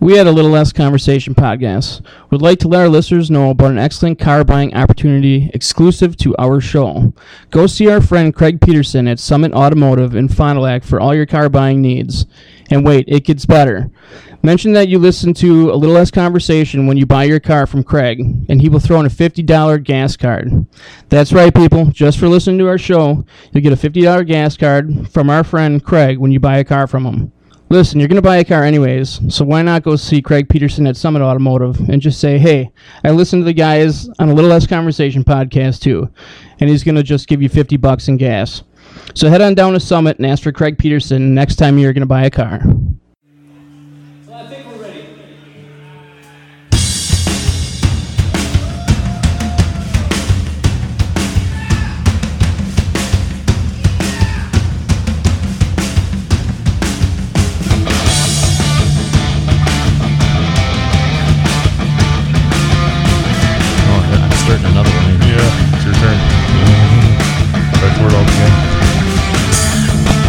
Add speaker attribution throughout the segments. Speaker 1: We had a little less conversation podcast. Would like to let our listeners know about an excellent car buying opportunity exclusive to our show. Go see our friend Craig Peterson at Summit Automotive in Fond du Lac for all your car buying needs. And wait, it gets better. Mention that you listen to a little less conversation when you buy your car from Craig, and he will throw in a $50 gas card. That's right, people. Just for listening to our show, you'll get a $50 gas card from our friend Craig when you buy a car from him. Listen, you're going to buy a car anyways, so why not go see Craig Peterson at Summit Automotive and just say, hey, I listened to the guys on a Little Less Conversation podcast too, and he's going to just give you 50 bucks in gas. So head on down to Summit and ask for Craig Peterson next time you're going to buy a car.
Speaker 2: I think we're ready.
Speaker 3: Oh, I'm starting another one. here.
Speaker 4: Yeah, it's your turn. Back where it all began.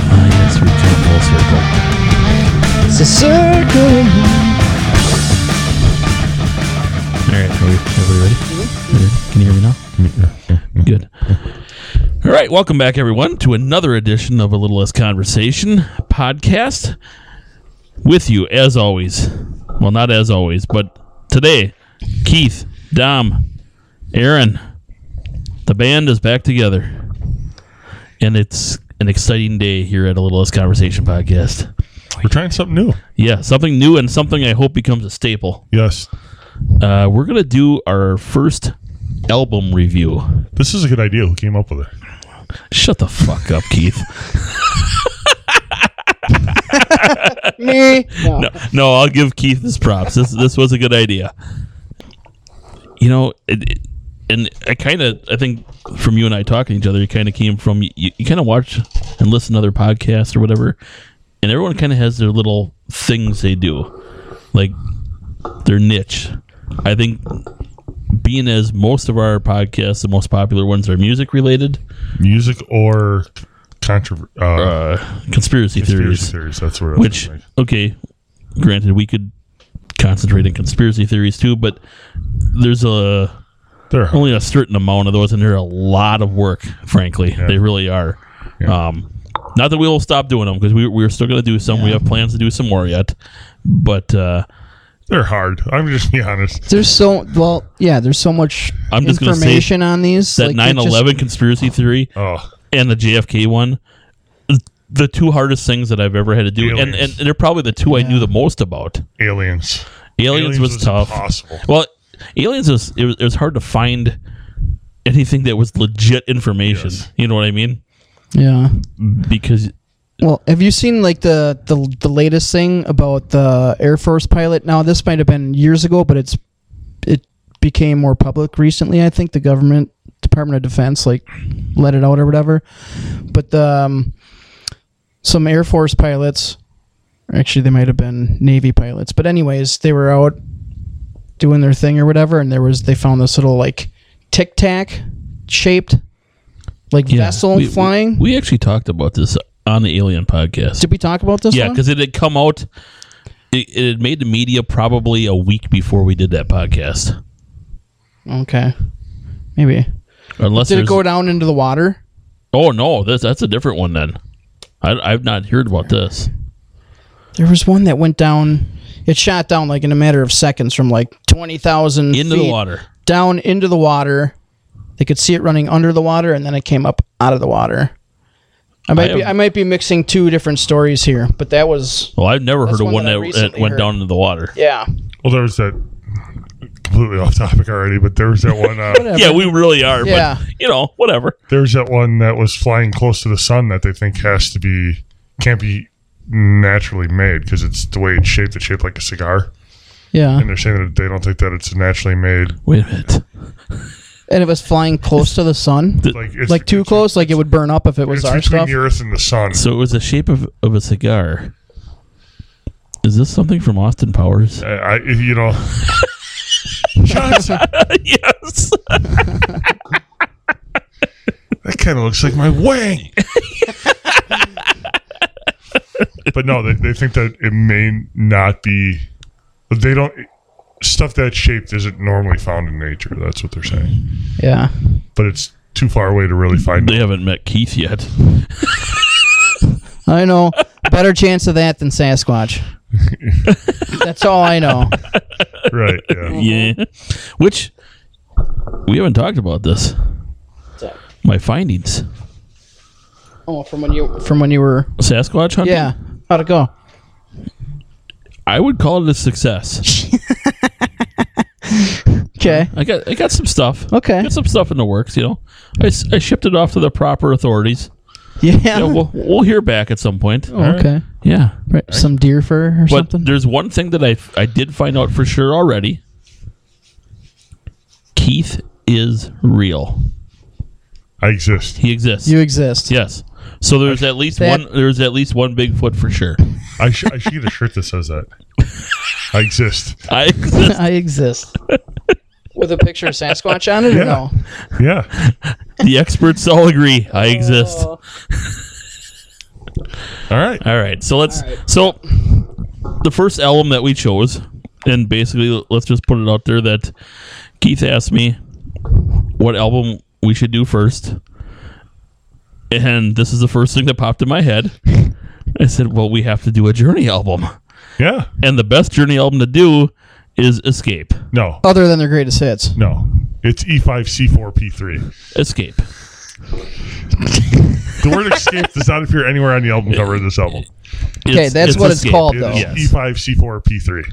Speaker 3: Ah, yes, we came full circle.
Speaker 1: It's a circle.
Speaker 3: All right, are we, are we ready?
Speaker 1: Mm-hmm.
Speaker 3: Yeah. Can you hear me now? Good. All right, welcome back, everyone, to another edition of A Little Less Conversation podcast. With you, as always. Well, not as always, but today, Keith, Dom, Aaron, the band is back together. And it's an exciting day here at A Little Less Conversation podcast.
Speaker 4: We're trying something new.
Speaker 3: Yeah, something new and something I hope becomes a staple.
Speaker 4: Yes,
Speaker 3: Uh, we're gonna do our first album review.
Speaker 4: this is a good idea. Who came up with it?
Speaker 3: Shut the fuck up, Keith.
Speaker 1: Me.
Speaker 3: No, no, I'll give Keith his props. This this was a good idea. You know, it, it- and I kind of I think from you and I talking to each other, it kind of came from you, you kind of watch and listen to other podcasts or whatever, and everyone kind of has their little things they do, like their niche. I think being as most of our podcasts, the most popular ones are music related.
Speaker 4: Music or controversy? Uh,
Speaker 3: uh, conspiracy,
Speaker 4: conspiracy
Speaker 3: theories,
Speaker 4: theories. That's what. I was
Speaker 3: which
Speaker 4: thinking.
Speaker 3: okay, granted we could concentrate on conspiracy theories too, but there's a
Speaker 4: there.
Speaker 3: only a certain amount of those, and they're a lot of work. Frankly, they really are. Um, not that we will stop doing them because we we're still going to do some. We have plans to do some more yet, but uh,
Speaker 4: They're hard. I'm just being honest.
Speaker 1: There's so well, yeah. There's so much
Speaker 3: I'm just gonna say
Speaker 1: information on these.
Speaker 3: that
Speaker 1: like, it
Speaker 3: nine
Speaker 1: just-
Speaker 3: eleven conspiracy theory
Speaker 4: Oh,
Speaker 3: and the JFK one. The two hardest things that I've ever had to do, and,
Speaker 4: Aliens.
Speaker 3: and they're probably the two I knew the most about.
Speaker 4: aliens.
Speaker 3: Aliens, was, tough.
Speaker 4: Impossible.
Speaker 3: Well, aliens was it, was it was hard to find anything that was legit information.
Speaker 4: Yes.
Speaker 3: You know what I mean?
Speaker 1: Yeah.
Speaker 3: Because
Speaker 1: Well, have you seen like the, the the latest thing about the Air Force pilot? Now this might have been years ago, but it's it became more public recently. I think the government Department of Defense like let it out or whatever. But um, some Air Force pilots, actually they might have been Navy pilots, but anyways, they were out doing their thing or whatever, and there was they found this little like tic tac shaped like
Speaker 3: yeah,
Speaker 1: vessel
Speaker 3: we-
Speaker 1: flying.
Speaker 3: we, we actually talked about this on the alien podcast.
Speaker 1: did we talk about this
Speaker 3: Yeah,
Speaker 1: one?
Speaker 3: because it had come out. It, it had made the media probably a week before we did that podcast.
Speaker 1: Okay. Maybe.
Speaker 3: Unless
Speaker 1: Did it
Speaker 3: there's-
Speaker 1: go down into the water?
Speaker 3: Oh no, that's that's a different one then. I, I've not heard about this.
Speaker 1: There was one that went down. It shot down like in a matter of seconds from like 20,000
Speaker 3: Into
Speaker 1: feet
Speaker 3: the water.
Speaker 1: Down into the water. They could see it running under the water and then it came up out of the water. I might
Speaker 3: I
Speaker 1: be
Speaker 3: have-
Speaker 1: I might be mixing two different stories here, but that was
Speaker 3: Well, I've never
Speaker 1: That's
Speaker 3: heard of
Speaker 1: one
Speaker 3: one
Speaker 1: that I
Speaker 3: that, that
Speaker 1: recently
Speaker 3: went
Speaker 1: heard.
Speaker 3: down into the water.
Speaker 1: yeah.
Speaker 4: Well, there was that. Completely off topic already, but there was that one. Uh,
Speaker 3: Yeah, we really are.
Speaker 1: Yeah.
Speaker 3: But, you know, whatever.
Speaker 4: there was that one that was flying close to the sun that they think has to be can't be naturally made because it's the way it's shaped. It's shaped like a cigar,
Speaker 1: Yeah.
Speaker 4: and they're saying that they don't think that it's naturally made.
Speaker 3: Wait a minute.
Speaker 1: And it was flying close to the sun.
Speaker 4: Like it's
Speaker 1: Like too close, like it would burn up if it was
Speaker 4: It's
Speaker 1: our
Speaker 4: between
Speaker 1: stuff.
Speaker 4: the Earth and the Sun.
Speaker 3: So it was the shape of, of a cigar. Is this something from Austin Powers?
Speaker 4: I, I, you know,
Speaker 3: yes.
Speaker 4: that kind of looks like my wang. but no, they, they think that it may not be But they don't stuff that shaped isn't normally found in nature. That's what they're saying.
Speaker 1: Yeah.
Speaker 4: But it's too far away to really find
Speaker 3: They
Speaker 4: it.
Speaker 3: haven't met Keith yet.
Speaker 1: I know. Better chance of that than Sasquatch. That's all I know.
Speaker 4: Right. Yeah.
Speaker 3: Yeah. Which we haven't talked about this. My findings.
Speaker 1: Oh, from when you from when you were
Speaker 3: Sasquatch hunting?
Speaker 1: yeah. How'd it go?
Speaker 3: I would call it a success.
Speaker 1: Okay.
Speaker 3: I got I got some stuff.
Speaker 1: Okay.
Speaker 3: Got some stuff in the works, you know. I, s- I shipped it off to the proper authorities.
Speaker 1: Yeah.
Speaker 3: Yeah, we'll, we'll hear back at some point.
Speaker 1: Uh-huh. Oh, okay.
Speaker 3: Yeah.
Speaker 1: Right. Some deer fur or
Speaker 3: But
Speaker 1: something.
Speaker 3: there's one thing that I, I did find out for sure already Keith is real.
Speaker 4: I exist.
Speaker 3: He exists.
Speaker 1: You exist.
Speaker 3: yes. So there's at least
Speaker 1: That-
Speaker 3: one there's at least one Bigfoot for sure.
Speaker 4: I, sh- I should get a shirt that says that. I exist.
Speaker 3: I exist.
Speaker 1: I exist. With a picture of Sasquatch on it
Speaker 4: Yeah.
Speaker 1: or no?
Speaker 4: Yeah.
Speaker 3: The experts all agree I exist. All
Speaker 4: All right.
Speaker 3: right, so let's so the first album that we chose, and basically let's just put it out there that Keith asked me what album we should do first, and this is the first thing that popped in my head. I said, "Well, we have to do a Journey album,
Speaker 4: Yeah.
Speaker 3: and the best Journey album to do is Escape,
Speaker 4: No.
Speaker 1: Other than their greatest hits.
Speaker 4: No. It's E E5C4P3.
Speaker 3: Escape."
Speaker 4: The word escape does not appear anywhere on the album cover of this album.
Speaker 1: Okay, that's what it's called,
Speaker 4: It
Speaker 1: though.
Speaker 4: is
Speaker 3: Yes.
Speaker 4: E5C4P3.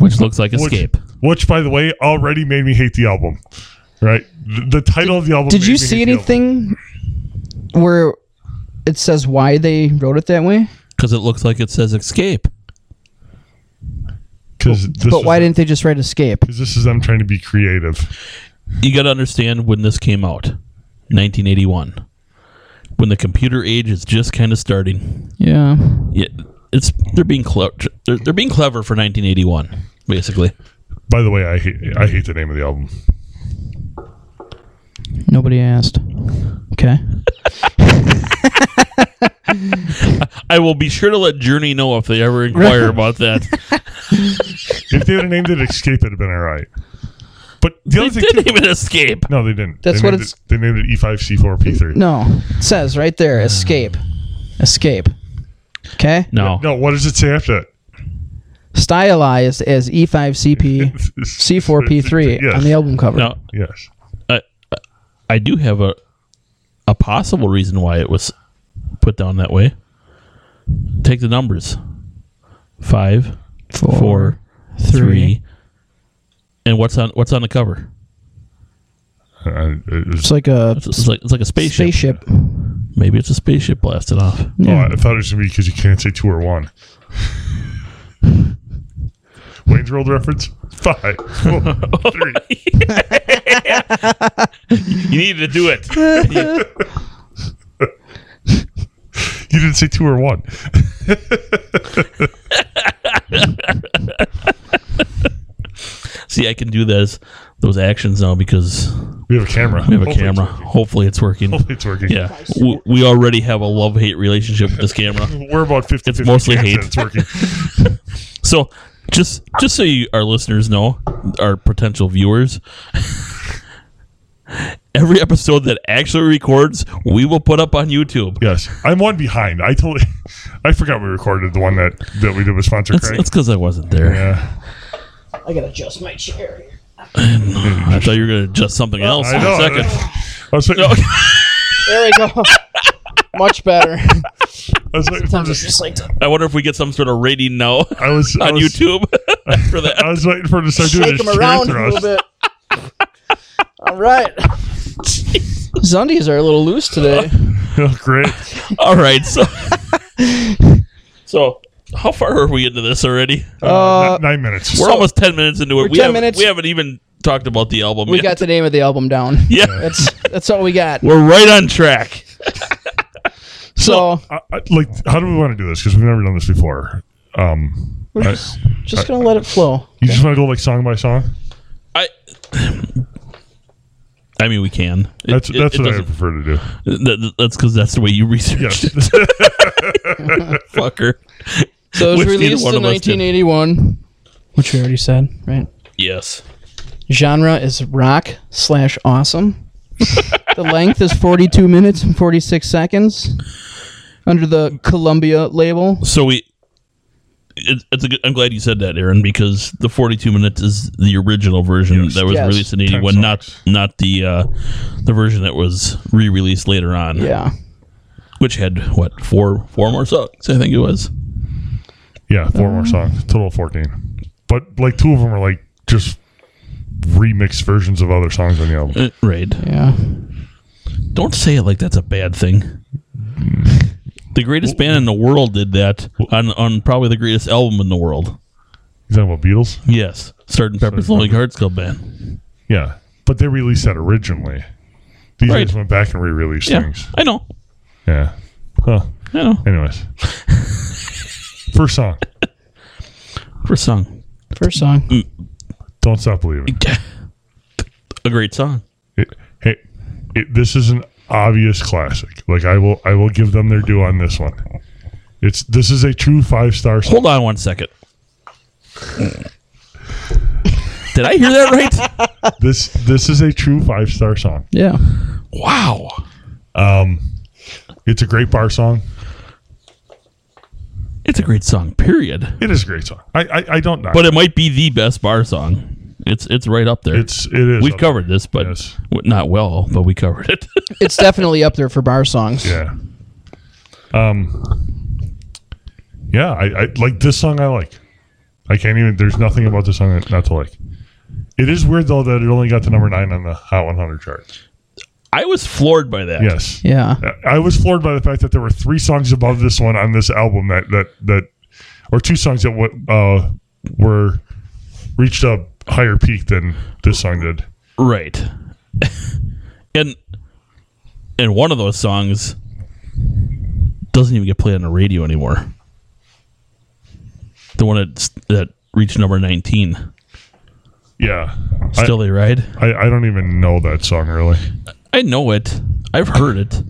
Speaker 3: which looks like
Speaker 4: Which,
Speaker 3: Escape.
Speaker 4: which, by the way, already made me hate the album. Right? The, the title of the album.
Speaker 1: Did
Speaker 4: made
Speaker 1: you
Speaker 4: me
Speaker 1: see
Speaker 4: hate the album.
Speaker 1: anything where it says why they wrote it that way?
Speaker 3: because it looks like it says escape.
Speaker 4: Cause this
Speaker 1: But
Speaker 4: is-
Speaker 1: why didn't they just write escape?
Speaker 4: 'cause this is them trying to be creative.
Speaker 3: You got to understand when this came out, 1981, when the computer age is just kind of starting.
Speaker 1: Yeah.
Speaker 3: Yeah, it's they're being clever. They're, they're being clever for 1981, basically.
Speaker 4: By the way, I hate I hate the name of the album.
Speaker 1: Nobody asked. Okay.
Speaker 3: I will be sure to let Journey know if they ever inquire about that.
Speaker 4: If they would have named it Escape, it'd have been all right. But the
Speaker 3: they
Speaker 4: other thing, too,
Speaker 3: didn't even escape.
Speaker 4: no, they didn't.
Speaker 1: That's
Speaker 4: They
Speaker 1: what
Speaker 4: named
Speaker 1: it's-
Speaker 4: It, they named it E E5C4P3.
Speaker 1: No. It says right there escape. Escape. Okay?
Speaker 3: No,
Speaker 4: No, what does it say after that?
Speaker 1: Stylized as E E5CP C4P3
Speaker 4: Yes.
Speaker 1: on the album cover.
Speaker 3: no.
Speaker 4: Yes.
Speaker 3: I do have a a possible reason why it was put down that way. Take the numbers. Five,
Speaker 1: Four,
Speaker 3: four,
Speaker 1: three.
Speaker 3: three. And what's on what's on the cover?
Speaker 4: Uh, it was-
Speaker 1: It's like a
Speaker 3: It's, it's like it's like a spaceship.
Speaker 1: spaceship.
Speaker 3: Maybe it's a spaceship blasted off.
Speaker 1: Yeah.
Speaker 4: Oh, I thought it was gonna be because you can't say two or one. Wayne's World reference. Five, four, three.
Speaker 3: You need to do it.
Speaker 4: You didn't say two or one.
Speaker 3: See, I can do those those actions now because
Speaker 4: We have a camera.
Speaker 3: we have a camera.
Speaker 4: Hopefully it's working.
Speaker 3: Hopefully, it's working.
Speaker 4: Hopefully it's working.
Speaker 3: Yeah, we, we already have a love hate relationship with this camera.
Speaker 4: We're about 50
Speaker 3: It's mostly hate.
Speaker 4: It's working.
Speaker 3: So just just so you, our listeners know, our potential viewers, every episode that actually records, we will put up on YouTube.
Speaker 4: Yes. I'm one behind. I totally. I forgot we recorded the one that, that we did with sponsor
Speaker 3: That's
Speaker 4: Craig.
Speaker 3: that's because I wasn't there.
Speaker 4: Yeah.
Speaker 1: I gotta adjust my chair here.
Speaker 3: I thought you were going to adjust something else
Speaker 4: I
Speaker 3: in
Speaker 4: know.
Speaker 3: a second.
Speaker 4: I was like,
Speaker 1: There we go. Much better.
Speaker 4: I was waiting for
Speaker 1: Sometimes it's
Speaker 4: this.
Speaker 1: just like to
Speaker 3: I wonder if we get some sort of rating now
Speaker 4: I was I
Speaker 3: on
Speaker 4: was,
Speaker 3: YouTube for
Speaker 4: I
Speaker 3: that.
Speaker 4: was waiting for him to start doing
Speaker 1: shake
Speaker 4: his
Speaker 1: them
Speaker 4: chair
Speaker 1: around a little
Speaker 4: thrust.
Speaker 1: bit. All right. Zundies are a little loose today.
Speaker 3: Uh,
Speaker 4: Oh, great.
Speaker 3: All right, so so how far are we into this already?
Speaker 4: Uh,
Speaker 1: Uh,
Speaker 4: n- nine minutes.
Speaker 3: We're almost ten minutes into it.
Speaker 1: we're 10
Speaker 3: we haven't-
Speaker 1: minutes-
Speaker 3: We haven't even talked about the album.
Speaker 1: We
Speaker 3: yet.
Speaker 1: got the name of the album down.
Speaker 3: yeah.
Speaker 1: That's that's all we got.
Speaker 3: We're right on track.
Speaker 1: So
Speaker 4: I, I- like, how do we want to do this? Because we've never done this before. Um,
Speaker 1: we're
Speaker 4: I-
Speaker 1: just, just gonna let it flow.
Speaker 4: you just want to go like song by song?
Speaker 3: I. I mean, we can. It-
Speaker 4: That's
Speaker 3: it-
Speaker 4: that's
Speaker 3: it
Speaker 4: what I
Speaker 3: doesn't-
Speaker 4: prefer to do.
Speaker 3: that- that's because that's the way you researched it,
Speaker 4: Yes.
Speaker 3: fucker.
Speaker 1: So it was
Speaker 3: Which neither
Speaker 1: released
Speaker 3: one
Speaker 1: in
Speaker 3: of us did.
Speaker 1: 1981. which we already said, right?
Speaker 3: Yes.
Speaker 1: Genre is rock slash awesome. the length is 42 minutes and 46 seconds under the Columbia label.
Speaker 3: So we. It, it's a good, I'm glad you said that, Aaron, because the 42 minutes is the original version
Speaker 4: Yes.
Speaker 3: that was
Speaker 1: Yes.
Speaker 3: released in
Speaker 4: Ten
Speaker 3: 81, not
Speaker 4: songs.
Speaker 3: not the uh, the version that was re-released later on,
Speaker 1: Yeah.
Speaker 3: which had what four four more songs, I think it was.
Speaker 4: Yeah, four more songs, total of fourteen. But like two of them are like just remixed versions of other songs on the album.
Speaker 3: Uh, right.
Speaker 1: Yeah.
Speaker 3: Don't say it like that's a bad thing. The greatest band in the world did that on, on probably the greatest album in the world.
Speaker 4: You talking about Beatles?
Speaker 3: Yes, Sgt. Pepper's Lonely Hearts Club Band.
Speaker 4: Yeah, but they released that originally. These
Speaker 3: Right.
Speaker 4: guys went back and re-released
Speaker 3: Yeah,
Speaker 4: things.
Speaker 3: I know.
Speaker 4: Yeah. Huh.
Speaker 3: I know.
Speaker 4: Anyways, first song,
Speaker 3: First song,
Speaker 1: First song.
Speaker 4: "Don't Stop Believing."
Speaker 3: a great song.
Speaker 4: It, hey, it, this is an obvious classic. Like I will, I will give them their due on this one. It's this is a true five star song.
Speaker 3: Hold on one second. Did I hear that right?
Speaker 4: This this is a true five star song. Um,
Speaker 1: Yeah.
Speaker 3: Wow.
Speaker 4: It's a great bar song.
Speaker 3: It's a great song, period.
Speaker 4: It is a great song. I I, I don't know,
Speaker 3: But it might be the best bar song. It's it's right up there.
Speaker 4: it's it is.
Speaker 3: We've covered this, but
Speaker 4: Yes.
Speaker 3: w- not well, but we covered it.
Speaker 1: It's definitely up there for bar songs.
Speaker 4: Yeah. Um. Yeah, I, I like this song. I like. I can't even. There's nothing about this song that- not to like. It is weird though that it only got to number nine on the Hot 100 chart.
Speaker 3: I was floored by that.
Speaker 4: Yes,
Speaker 1: Yeah.
Speaker 4: I I was floored by the fact that there were three songs above this one on this album that that that, or two songs that what uh were reached a higher peak than this song did.
Speaker 3: Right. and and one of those songs doesn't even get played on the radio anymore. The one that that reached number 19.
Speaker 4: Yeah,
Speaker 3: Still they ride?
Speaker 4: I, I I don't even know that song really.
Speaker 3: I know it. I've heard it.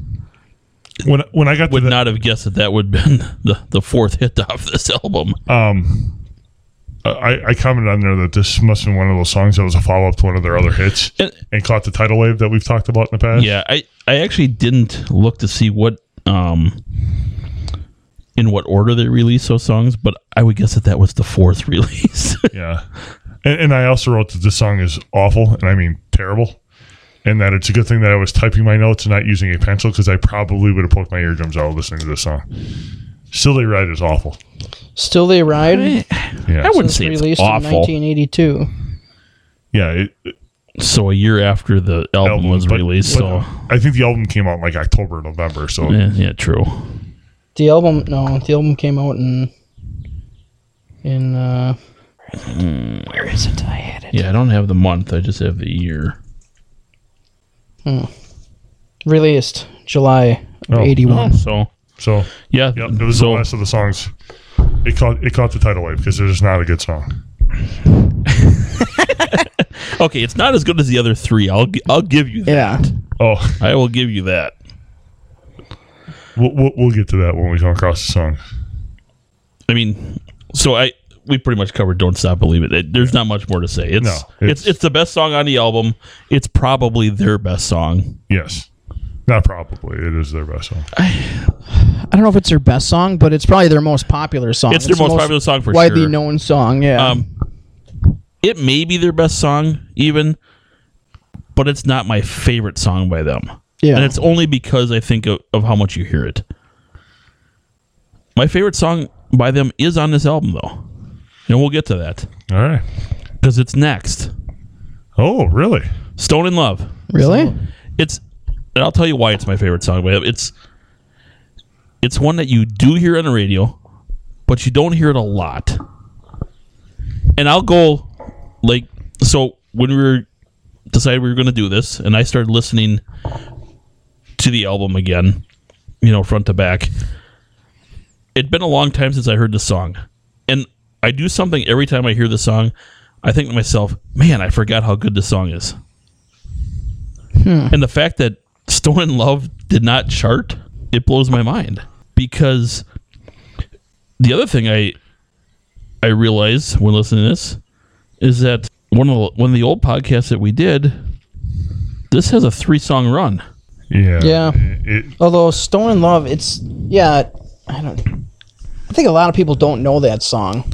Speaker 4: When when I got to
Speaker 3: Would
Speaker 4: the,
Speaker 3: not have guessed that that would have been the, the fourth hit off this album.
Speaker 4: I, I commented on there that this must have been one of those songs that was a follow up to one of their other hits
Speaker 3: And-
Speaker 4: and caught the tidal wave that we've talked about in the past.
Speaker 3: yeah, I, I actually didn't look to see what um in what order they released those songs, but I would guess that that was the fourth release.
Speaker 4: Yeah. And, and I also wrote that this song is awful, and I mean terrible, and that it's a good thing that I was typing my notes and not using a pencil because I probably would have poked my eardrums out listening to this song. Silly Ride is awful.
Speaker 1: Still They Ride
Speaker 4: Yeah.
Speaker 3: I wouldn't
Speaker 1: was
Speaker 3: say it's
Speaker 1: released in
Speaker 3: awful.
Speaker 1: 1982.
Speaker 4: Yeah. It, it-
Speaker 3: so a year after the album,
Speaker 4: album
Speaker 3: was
Speaker 4: but-
Speaker 3: released.
Speaker 4: but
Speaker 3: so
Speaker 4: I think the album came out in like October, November. So
Speaker 3: yeah, yeah, true.
Speaker 1: The album, no, the album came out in, in, uh, where is it? I had it.
Speaker 3: Yeah, I don't have the month. I just have the year.
Speaker 1: Released July of
Speaker 4: Oh.
Speaker 1: 81.
Speaker 3: Um, So
Speaker 4: so
Speaker 3: yeah,
Speaker 4: yeah, it was
Speaker 3: so
Speaker 4: the last of the songs. It caught it caught the tidal wave because it is not a good song.
Speaker 3: okay, it's not as good as the other three. I'll gi- I'll give you that.
Speaker 1: Yeah.
Speaker 4: Oh.
Speaker 3: I will give you that.
Speaker 4: We'll, we'll, we'll get to that when we come across the song.
Speaker 3: I mean, so I we pretty much covered "Don't Stop Believe It." It- There's not much more to say. It's,
Speaker 4: No,
Speaker 3: it's it's
Speaker 4: it's-
Speaker 3: the best song on the album. It's probably their best song.
Speaker 4: Yes. Not probably. It is their best song.
Speaker 1: I don't know if it's their best song, but it's probably their most popular song.
Speaker 3: It's their
Speaker 1: the
Speaker 3: most popular song for
Speaker 1: widely
Speaker 3: sure.
Speaker 1: known song. Yeah.
Speaker 3: Um, it may be their best song, even, but it's not my favorite song by them.
Speaker 1: Yeah.
Speaker 3: And it's only because I think of, of how much you hear it. My favorite song by them is on this album, though. And we'll get to that
Speaker 4: All right.
Speaker 3: because it's next
Speaker 4: Oh, really?
Speaker 3: Stone in Love.
Speaker 1: really?
Speaker 3: It's, and I'll tell you why it's my favorite song by them. It's, it's one that you do hear on the radio, but you don't hear it a lot. And I'll go like so when we were decided we were going to do this and I started listening to the album again, you know, front to back. It'd been a long time since I heard the song. And I do something every time I hear the song. I think to myself, "Man, I forgot how good this song is." And the fact that Stone in Love did not chart, it blows my mind because the other thing I I realized when listening to this is that one of the, one of the old podcasts that we did, this has a three song run.
Speaker 4: Yeah.
Speaker 1: Yeah.
Speaker 4: It,
Speaker 1: Although Stone in Love, it's yeah, I don't. I think a lot of people don't know that song.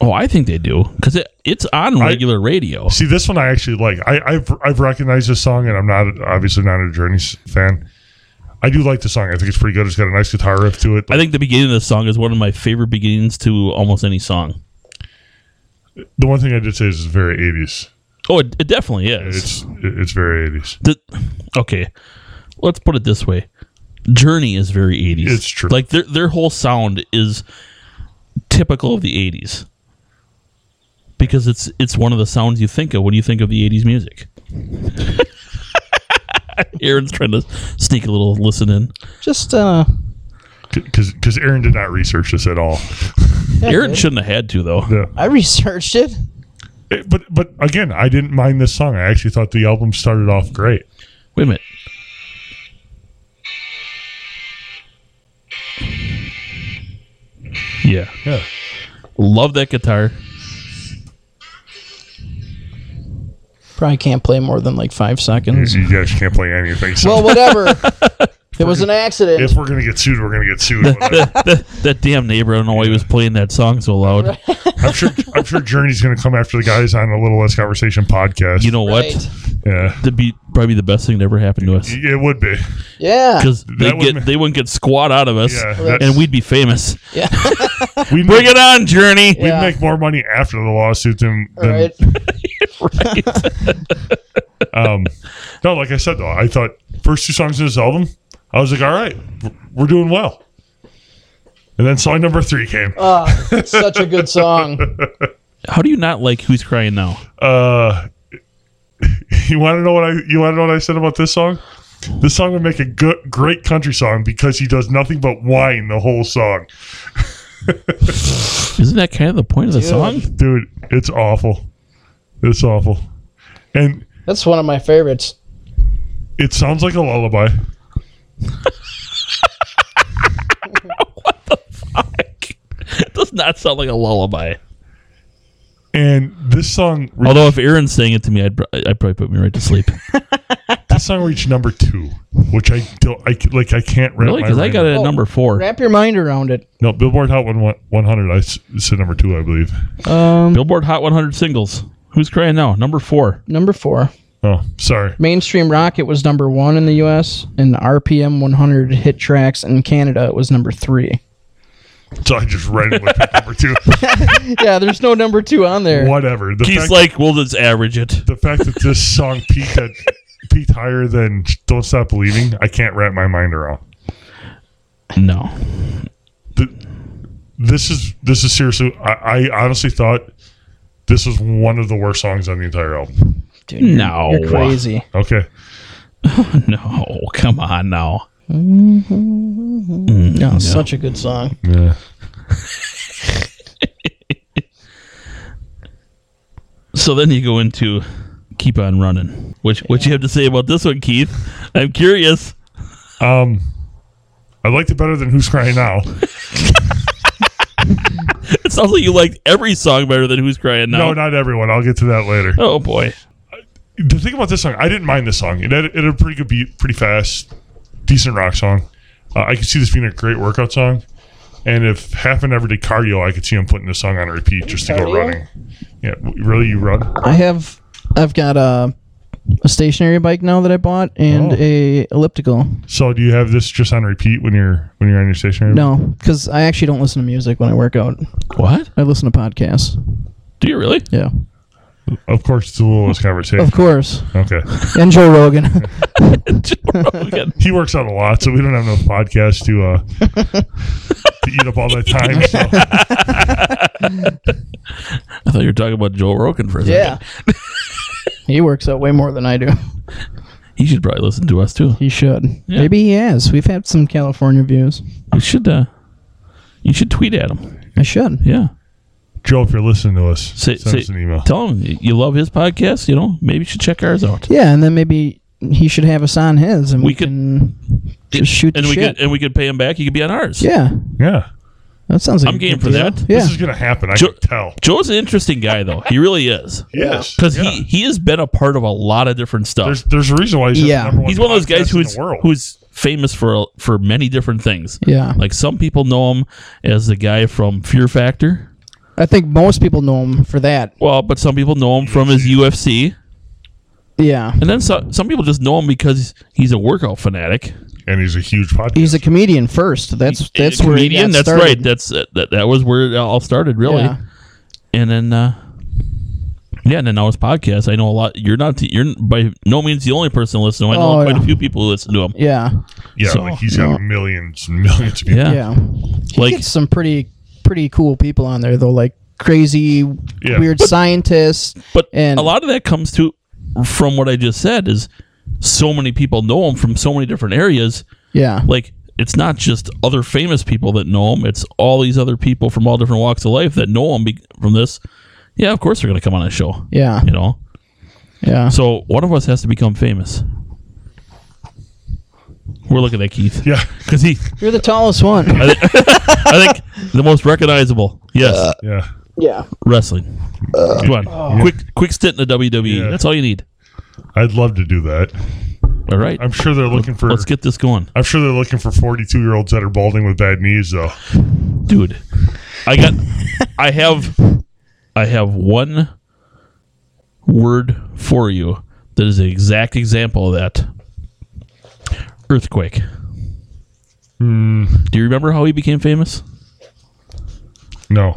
Speaker 3: Oh, I think they do because it, it's on regular radio.
Speaker 4: See, this one I actually like. I, I've I've recognized this song, and I'm not obviously not a Journey fan. I do like the song. I think it's pretty good. It's got a nice guitar riff to it.
Speaker 3: I think the beginning of this song is one of my favorite beginnings to almost any song.
Speaker 4: the one thing I did say is it's very 80s.
Speaker 3: Oh, it, it definitely is.
Speaker 4: It's it's very 80s.
Speaker 3: The- okay, let's put it this way: Journey is very '80s.
Speaker 4: It's true.
Speaker 3: Like their their whole sound is typical of the '80s because it's it's one of the sounds you think of when you think of the '80s music. Aaron's trying to sneak a little listen in.
Speaker 1: Just uh,
Speaker 4: Because Aaron did not research this at all.
Speaker 1: yeah,
Speaker 3: Aaron
Speaker 1: dude.
Speaker 3: shouldn't have had to though.
Speaker 4: Yeah.
Speaker 1: I researched it.
Speaker 4: It- but but again, I didn't mind this song. I actually thought the album started off great.
Speaker 3: Wait a minute. Yeah.
Speaker 4: Yeah.
Speaker 3: Love that guitar.
Speaker 1: Probably can't play more than like five seconds.
Speaker 4: You guys can't play anything. So
Speaker 1: Well, whatever. it was an accident.
Speaker 4: if we're gonna get sued, we're gonna get sued. Whatever.
Speaker 3: That damn neighbor, I don't know why he was playing that song so loud.
Speaker 4: I'm sure I'm sure Journey's gonna come after the guys on the Little Less Conversation podcast.
Speaker 3: You know what?
Speaker 1: Right.
Speaker 4: yeah,
Speaker 3: That'd be probably the best thing to ever happen to us.
Speaker 4: it would be.
Speaker 1: Yeah.
Speaker 3: Because they
Speaker 4: would ma-
Speaker 3: get they wouldn't get squat out of us
Speaker 4: Yeah, that's-
Speaker 3: and we'd be famous.
Speaker 1: Yeah.
Speaker 4: We
Speaker 3: Bring
Speaker 4: make,
Speaker 3: it on, Journey.
Speaker 4: we
Speaker 1: Yeah.
Speaker 4: make more money after the lawsuit than,
Speaker 1: All
Speaker 4: than
Speaker 1: right.
Speaker 4: um, no. Like I said though, I thought first two songs in this album, I was like, all right, we're- we're doing well. And then song number three came.
Speaker 1: Ah, such a good song.
Speaker 3: How do you not like Who's Crying Now?
Speaker 4: Uh, you want to know what I you want to know what I said about this song? This song would make a good, great country song because he does nothing but whine the whole song,
Speaker 3: Isn't that kind of the point of the song?
Speaker 4: dude. It's awful. It's awful, and
Speaker 1: That's one of my favorites.
Speaker 4: it sounds like a lullaby.
Speaker 3: it does not sound like a lullaby.
Speaker 4: And this song, re-
Speaker 3: Although if Aaron sang it to me, I'd, pr- I'd probably put me right to sleep.
Speaker 4: this song reached number two, which I don't, I c- like. I can't wrap
Speaker 3: Really?
Speaker 4: my
Speaker 3: Because I
Speaker 4: brain
Speaker 3: got it at
Speaker 1: Oh,
Speaker 3: number four.
Speaker 1: Wrap your mind around it.
Speaker 4: No, Billboard Hot 100. I s- said number two, I believe.
Speaker 1: Um,
Speaker 3: Billboard Hot 100 singles. Who's crying now? Number four.
Speaker 1: number four.
Speaker 4: Oh, sorry.
Speaker 1: Mainstream Rocket was number one in the U.S. and RPM 100 hit tracks in Canada. It was number three.
Speaker 4: So I just randomly picked number two.
Speaker 1: yeah, there's no number two on there.
Speaker 4: Whatever. The
Speaker 3: He's
Speaker 4: fact-
Speaker 3: like, we'll just average it.
Speaker 4: the fact that this song peaked at peaked higher than "Don't Stop Believing," I can't wrap my mind around.
Speaker 3: No.
Speaker 4: Th- This is this is seriously. I, I honestly thought this was one of the worst songs on the entire album.
Speaker 1: Dude, you're-
Speaker 3: No.
Speaker 1: You're crazy.
Speaker 4: Okay,
Speaker 3: No. Come on now.
Speaker 1: No, such a good song.
Speaker 4: yeah,
Speaker 3: So then you go into Keep On Running. Which, what you have to say about this one, Keith? I'm curious.
Speaker 4: Um, I liked it better than "Who's Crying Now."
Speaker 3: It sounds like you liked every song better than Who's Crying Now.
Speaker 4: No, not everyone. I'll get to that later.
Speaker 3: Oh, boy.
Speaker 4: The thing about this song, I didn't mind this song. It had, it had a pretty good beat, pretty fast, decent rock song. Uh, I could see this being a great workout song. And if Happen ever did cardio, I could see him putting this song on repeat just to go
Speaker 1: Cardio?
Speaker 4: running. Yeah, w- really, you run?
Speaker 1: I have, I've got a, a stationary bike now that I bought and
Speaker 4: Oh.
Speaker 1: a elliptical.
Speaker 4: So do you have this just on repeat when you're when you're on your stationary?
Speaker 1: No, because I actually don't listen to music when I work out.
Speaker 3: What?
Speaker 1: I listen to podcasts.
Speaker 3: Do you really?
Speaker 1: Yeah,
Speaker 4: Of course, it's a little less conversation.
Speaker 1: of course.
Speaker 4: Okay.
Speaker 1: And Joe Rogan.
Speaker 3: Joe Rogan.
Speaker 4: He works out a lot, so we don't have enough podcasts to uh to eat up all that time. So.
Speaker 3: I thought you were talking about Joe Rogan for a second.
Speaker 1: yeah. he works out way more than I do.
Speaker 3: He should probably listen to us, too.
Speaker 1: He should.
Speaker 3: Yeah.
Speaker 1: Maybe he has. We've had some California views.
Speaker 3: You should, uh, you should tweet at him.
Speaker 1: I should.
Speaker 3: Yeah.
Speaker 4: Joe, if you're listening to us,
Speaker 3: Say-
Speaker 4: send
Speaker 3: say-
Speaker 4: us an email.
Speaker 3: Tell him you love his podcast. You know, maybe you should check ours out.
Speaker 1: Yeah, and then maybe he should have us on his, and we,
Speaker 3: We could-
Speaker 1: can just shoot the
Speaker 3: and we
Speaker 1: shit.
Speaker 3: could and we could pay him back. He could be on ours.
Speaker 1: yeah,
Speaker 4: Yeah.
Speaker 1: That sounds like
Speaker 3: I'm
Speaker 1: a
Speaker 3: game
Speaker 1: good
Speaker 3: for
Speaker 1: deal.
Speaker 3: that.
Speaker 1: Yeah.
Speaker 4: This is gonna happen. I
Speaker 3: Jo-
Speaker 4: can tell.
Speaker 3: Joe's an interesting guy, though. He really is.
Speaker 4: Yes,
Speaker 3: Because
Speaker 4: yeah.
Speaker 3: he, he has been a part of a lot of different stuff.
Speaker 4: there's there's a reason why he's
Speaker 1: Yeah.
Speaker 4: yeah. number one.
Speaker 3: he's one of those guys
Speaker 4: podcast in
Speaker 3: who's
Speaker 4: the world.
Speaker 3: who's famous for for many different things.
Speaker 1: yeah.
Speaker 3: Like some people know him as the guy from Fear Factor.
Speaker 1: I think most people know him for that.
Speaker 3: Well, but some people know him from his UFC,
Speaker 1: Yeah.
Speaker 3: and then some some people just know him because he's a workout fanatic.
Speaker 4: and he's a huge podcast.
Speaker 1: He's a comedian first. That's that's where he got
Speaker 3: that's
Speaker 1: started.
Speaker 3: right. That's that, that. That was where it all started, really.
Speaker 1: Yeah.
Speaker 3: And then, uh, yeah, and then now his podcast. I know a lot. You're not. You're by no means the only person listening. I know
Speaker 1: Oh,
Speaker 3: quite
Speaker 1: yeah.
Speaker 3: a few people who listen to him.
Speaker 1: yeah.
Speaker 4: yeah,
Speaker 3: so-
Speaker 4: like he's got millions and millions of people.
Speaker 3: Yeah.
Speaker 1: Yeah. He
Speaker 3: Like-
Speaker 1: gets some pretty pretty cool people on there though, like crazy
Speaker 4: Yeah.
Speaker 1: weird scientists.
Speaker 3: But
Speaker 1: And-
Speaker 3: a lot of that comes to from what I just said is so many people know him from so many different areas.
Speaker 1: Yeah.
Speaker 3: Like it's not just other famous people that know him; it's all these other people from all different walks of life that know him be- from this. Yeah, of course they're going to come on a show.
Speaker 1: Yeah.
Speaker 3: You know,
Speaker 1: Yeah.
Speaker 3: so one of us has to become famous. We're looking at Keith
Speaker 4: Yeah,
Speaker 3: because he,
Speaker 1: You're the tallest one.
Speaker 3: I think, the most recognizable. Yes,
Speaker 4: yeah.
Speaker 1: yeah.
Speaker 3: wrestling. Come on, quick, quick stint in the WWE.
Speaker 4: uh, Yeah.
Speaker 3: That's all you need.
Speaker 4: I'd love to do that.
Speaker 3: All right,
Speaker 4: I'm sure they're looking for.
Speaker 3: let's get this going.
Speaker 4: I'm sure they're looking for 42 year olds that are balding with bad knees, though.
Speaker 3: dude i got i have i have one word for you that is the exact example of that earthquake do you remember how he became famous
Speaker 4: No,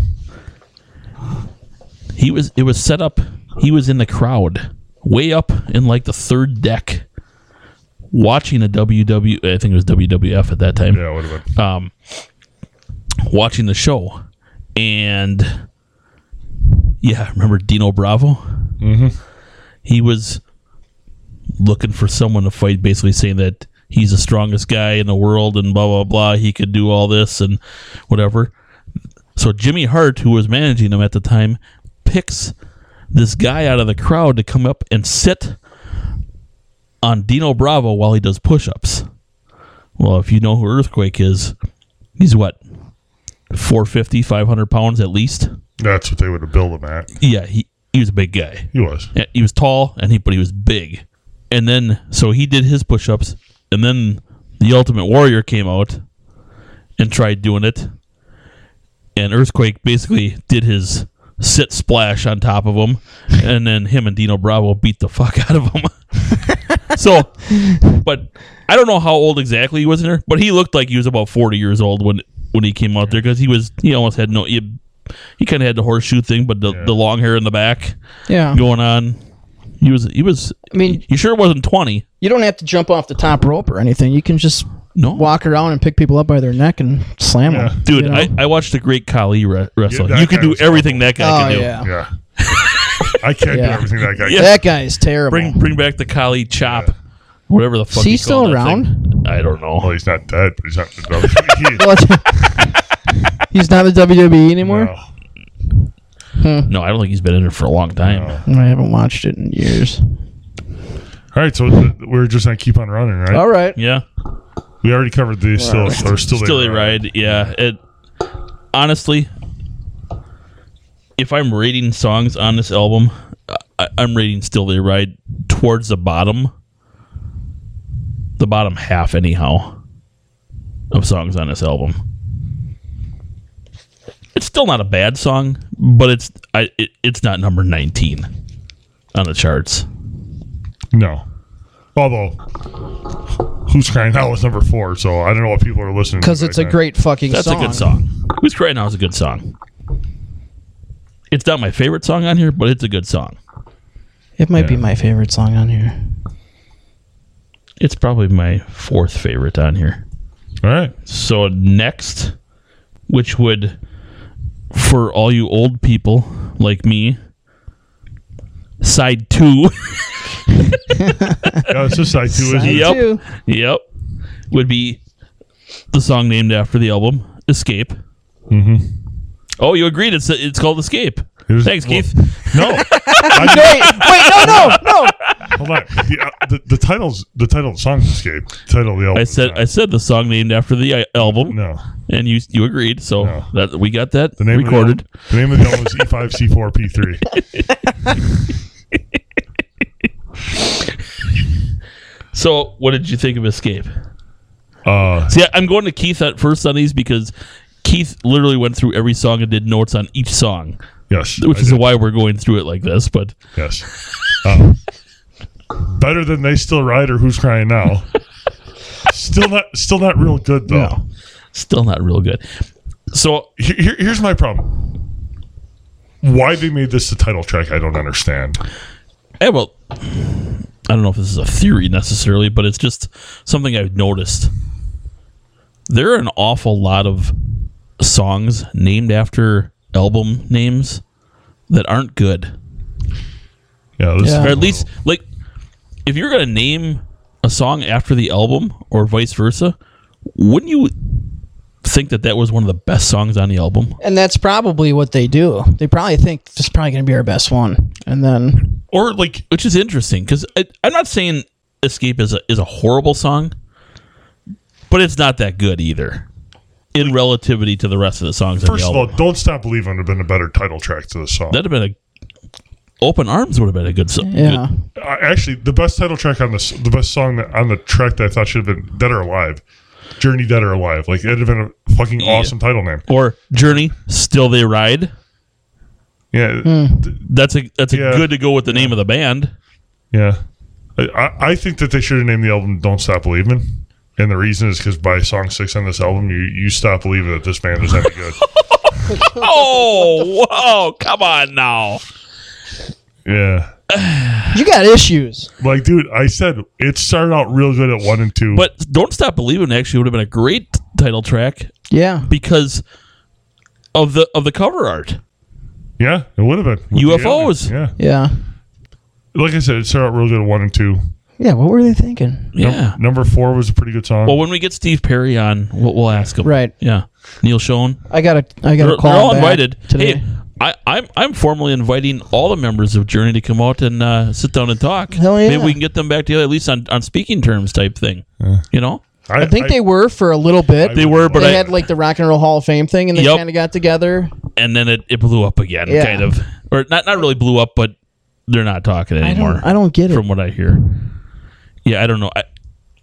Speaker 3: he was it was set up he was in the crowd way up in like the third deck watching a ww i think it was wwf at that time
Speaker 4: yeah, would have been.
Speaker 3: um, watching the show, and yeah, remember Dino Bravo? Mm-hmm. He was looking for someone to fight, basically saying that he's the strongest guy in the world and blah blah blah. He could do all this and whatever. So Jimmy Hart, who was managing him at the time, picks this guy out of the crowd to come up and sit on Dino Bravo while he does push-ups. Well, if you know who Earthquake is, he's what 450, 500 pounds at least.
Speaker 4: That's what they would have billed him at.
Speaker 3: Yeah, he he was a big guy.
Speaker 4: He was.
Speaker 3: Yeah, he was tall and he but he was big. And then so he did his push-ups and then the Ultimate Warrior came out and tried doing it. And Earthquake basically did his sit splash on top of him and then him and Dino Bravo beat the fuck out of him. so but I don't know how old exactly he was in there, but he looked like he was about 40 years old when when he came out there cuz he was he almost had no he, he kind of had the horseshoe thing but the, the long hair in the back
Speaker 1: Yeah.
Speaker 3: going on. He was he was
Speaker 1: I mean,
Speaker 3: you sure wasn't twenty?
Speaker 1: you don't have to jump off the top rope or anything. You can just
Speaker 3: No.
Speaker 1: walk around and pick people up by their neck and slam them.
Speaker 3: Dude,
Speaker 1: you know?
Speaker 3: I, I watched the great Kali re- wrestling.
Speaker 4: Yeah, that
Speaker 3: you could
Speaker 4: guy
Speaker 3: do
Speaker 4: was
Speaker 3: everything that guy
Speaker 1: oh
Speaker 3: can do.
Speaker 1: yeah.
Speaker 4: Yeah. I can't do
Speaker 1: Yeah.
Speaker 4: everything that guy.
Speaker 3: Yeah.
Speaker 4: Can.
Speaker 1: That guy is terrible.
Speaker 3: Bring bring back the Kali chop, whatever the fuck.
Speaker 1: Is he
Speaker 3: you call
Speaker 1: still
Speaker 3: that
Speaker 1: around?
Speaker 3: thing. I don't know.
Speaker 4: Well, he's not dead, but he's not. he-
Speaker 1: Well, He's not in WWE anymore.
Speaker 4: no.
Speaker 3: No, I don't think he's been in it for a long time.
Speaker 1: I haven't watched it in years.
Speaker 4: All right, so th- we're just gonna keep on running, right?
Speaker 1: All right.
Speaker 3: Yeah,
Speaker 4: We already covered the still or still,
Speaker 3: still
Speaker 4: they
Speaker 3: a ride. Yeah, it. Honestly, if I'm rating songs on this album, I, I'm rating still they ride towards the bottom, the bottom half anyhow, of songs on this album. It's still not a bad song, but it's I it, it's not number 19 on the charts.
Speaker 4: No, although who's crying out was number four, so I don't know what people are listening. to
Speaker 1: Because
Speaker 4: right
Speaker 1: it's a
Speaker 4: now.
Speaker 1: great fucking
Speaker 3: That's
Speaker 1: song.
Speaker 3: a good song. Who's Crying Now is a good song. It's not my favorite song on here, but it's a good song.
Speaker 1: It might be
Speaker 4: Yeah.
Speaker 1: my favorite song on here.
Speaker 3: It's probably my fourth favorite on here.
Speaker 4: All right,
Speaker 3: So next, which would for all you old people like me, side two.
Speaker 4: yeah, it's just side two, isn't
Speaker 1: Side
Speaker 4: it?
Speaker 3: Yep.
Speaker 1: two.
Speaker 3: yep, would be the song named after the album, Escape. Mm-hmm. Oh, you agreed. It's it's called Escape.
Speaker 4: It was-
Speaker 3: Thanks,
Speaker 4: well,
Speaker 3: Keith.
Speaker 4: No, I,
Speaker 1: Wait, wait, no, no, no.
Speaker 4: Hold on. The, uh, the, the titles the title of the song escaped. The title of the album.
Speaker 3: I
Speaker 4: is
Speaker 3: said
Speaker 4: not.
Speaker 3: I said the song named after the uh, album,
Speaker 4: no.
Speaker 3: and you you agreed. So
Speaker 4: No.
Speaker 3: that we got that
Speaker 4: The name
Speaker 3: recorded.
Speaker 4: Of the, album, the name of the album E was E5C4P3.
Speaker 3: So what did you think of Escape?
Speaker 4: Uh,
Speaker 3: See, I'm going to Keith at first on these because Keith literally went through every song and did notes on each song,
Speaker 4: yes.
Speaker 3: which
Speaker 4: I
Speaker 3: is
Speaker 4: did.
Speaker 3: why we're going through it like this. But
Speaker 4: Yes. Uh, better than they still ride or who's crying now. still not still not real good though.
Speaker 3: still not real good. So
Speaker 4: Here, here- here's my problem. Why they made this the title track, I don't understand.
Speaker 3: Yeah, eh, well, I don't know if this is a theory necessarily, but it's just something I've noticed. There are an awful lot of songs named after album names that aren't good.
Speaker 4: Yeah, this
Speaker 1: Yeah.
Speaker 3: Or at least, like, if you're going to name a song after the album or vice versa, wouldn't you think that that was one of the best songs on the album?
Speaker 1: And that's probably what they do. They probably think this is probably going to be our best one. And then,
Speaker 3: or like which is interesting because i'm not saying escape is a is a horrible song but it's not that good either in relativity to the rest of the songs on the
Speaker 4: First of all,
Speaker 3: album
Speaker 4: Don't Stop Believing would have been a better title track to the song.
Speaker 3: that'd have been a open arms would have been a good song
Speaker 1: yeah.
Speaker 4: Uh, actually, the best title track on this, the best song that, on the track that I thought should have been Dead or Alive, Journey Dead or Alive. Like, it'd have been a fucking awesome title name.
Speaker 3: or journey still they ride
Speaker 4: Yeah. th-
Speaker 3: that's a that's a
Speaker 4: Yeah.
Speaker 3: good to go with the name of the band
Speaker 4: Yeah. I- I, I think that they should have named the album Don't Stop Believing. And the reason is because by song six on this album, you, you stop believing that this band is any good.
Speaker 3: oh whoa come on now
Speaker 4: yeah.
Speaker 1: You got issues.
Speaker 4: Like, dude, I said it started out real good at one and two.
Speaker 3: but don't stop believing actually would have been a great title track
Speaker 1: Yeah.
Speaker 3: because of the of the cover art
Speaker 4: yeah, it would have been.
Speaker 3: UFOs.
Speaker 4: Yeah.
Speaker 1: Yeah.
Speaker 4: Like I said, it started out real good at one and two.
Speaker 1: Yeah. What were they thinking?
Speaker 3: yeah
Speaker 4: Number four was a pretty good song.
Speaker 3: Well, when we get Steve Perry on, we'll, we'll ask him.
Speaker 1: Right.
Speaker 3: Yeah. Neil Schoen.
Speaker 1: I got a, I got
Speaker 3: They're,
Speaker 1: a call.
Speaker 3: they're all
Speaker 1: back
Speaker 3: invited.
Speaker 1: today.
Speaker 3: Hey, I, I'm I'm formally inviting all the members of Journey to come out and uh, sit down and talk.
Speaker 1: Hell
Speaker 3: Maybe
Speaker 1: yeah.
Speaker 3: we can get them back together at least on, on speaking terms type thing. You know,
Speaker 1: I think they were for a little bit.
Speaker 4: They
Speaker 3: they were, but
Speaker 1: they
Speaker 3: I,
Speaker 1: had like the Rock and Roll Hall of Fame thing, and they
Speaker 3: Yep.
Speaker 1: kind of got together.
Speaker 3: and then it, it blew up again,
Speaker 1: Yeah.
Speaker 3: kind of, or not not really blew up, but they're not talking
Speaker 1: I
Speaker 3: anymore.
Speaker 1: don't, I don't get it.
Speaker 3: from what I hear. Yeah, I don't know. I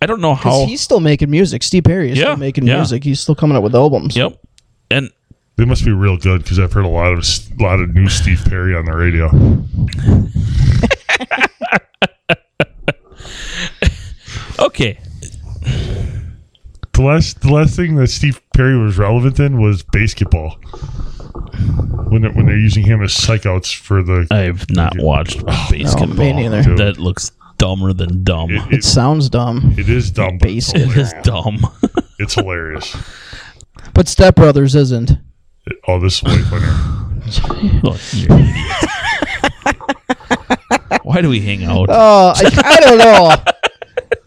Speaker 3: I don't know
Speaker 1: 'Cause
Speaker 3: how.
Speaker 1: he's still making music. Steve Perry is
Speaker 3: Yeah,
Speaker 1: still making
Speaker 3: yeah.
Speaker 1: music. He's still coming up with albums.
Speaker 3: Yep. And
Speaker 4: They must be real good because I've heard a lot of a lot of new Steve Perry on the radio.
Speaker 3: okay,
Speaker 4: The last the last thing that Steve Perry was relevant in was basketball. When they're, when they're using him as psychouts for the
Speaker 3: I've not watched
Speaker 1: Oh,
Speaker 3: basketball.
Speaker 1: me neither.
Speaker 4: Dude,
Speaker 3: That looks dumber than dumb.
Speaker 4: it,
Speaker 1: It
Speaker 4: it,
Speaker 1: sounds dumb.
Speaker 4: it is dumb, but it's
Speaker 1: Basic.
Speaker 3: It
Speaker 4: hilarious.
Speaker 3: is dumb.
Speaker 4: It's hilarious.
Speaker 1: But Step Brothers isn't.
Speaker 4: It- oh, this is way funnier.
Speaker 3: Look, you're an idiot. Why do we hang out?
Speaker 1: Oh, I, I don't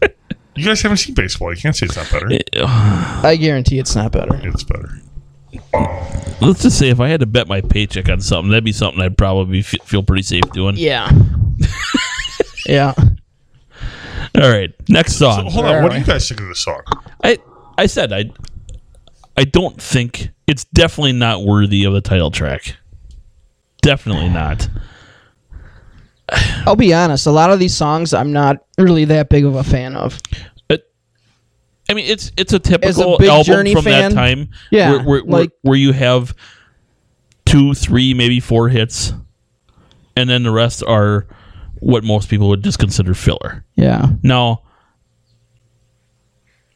Speaker 1: know.
Speaker 4: You guys haven't seen baseball. You can't say it's not
Speaker 3: Eh,
Speaker 4: better.
Speaker 1: I guarantee it's not better.
Speaker 4: It's better.
Speaker 3: Let's just say if I had to bet my paycheck on something, that'd be something I'd probably f- feel pretty safe doing.
Speaker 1: Yeah. yeah.
Speaker 3: All right, next
Speaker 4: So,
Speaker 3: song.
Speaker 4: hold
Speaker 1: Where
Speaker 4: on.
Speaker 1: are
Speaker 4: What do
Speaker 1: we?
Speaker 4: you guys think of this song?
Speaker 3: I I said I I don't think it's definitely not worthy of the title track. Definitely not.
Speaker 1: I'll be honest. A lot of these songs, I'm not really that big of a fan of.
Speaker 3: I mean, it's it's a typical
Speaker 1: big
Speaker 3: album
Speaker 1: Journey
Speaker 3: from
Speaker 1: fan,
Speaker 3: that time.
Speaker 1: yeah,
Speaker 3: where, where, where-
Speaker 1: like-
Speaker 3: where you have two, three, maybe four hits, and then the rest are what most people would just consider filler.
Speaker 1: Yeah.
Speaker 3: Now,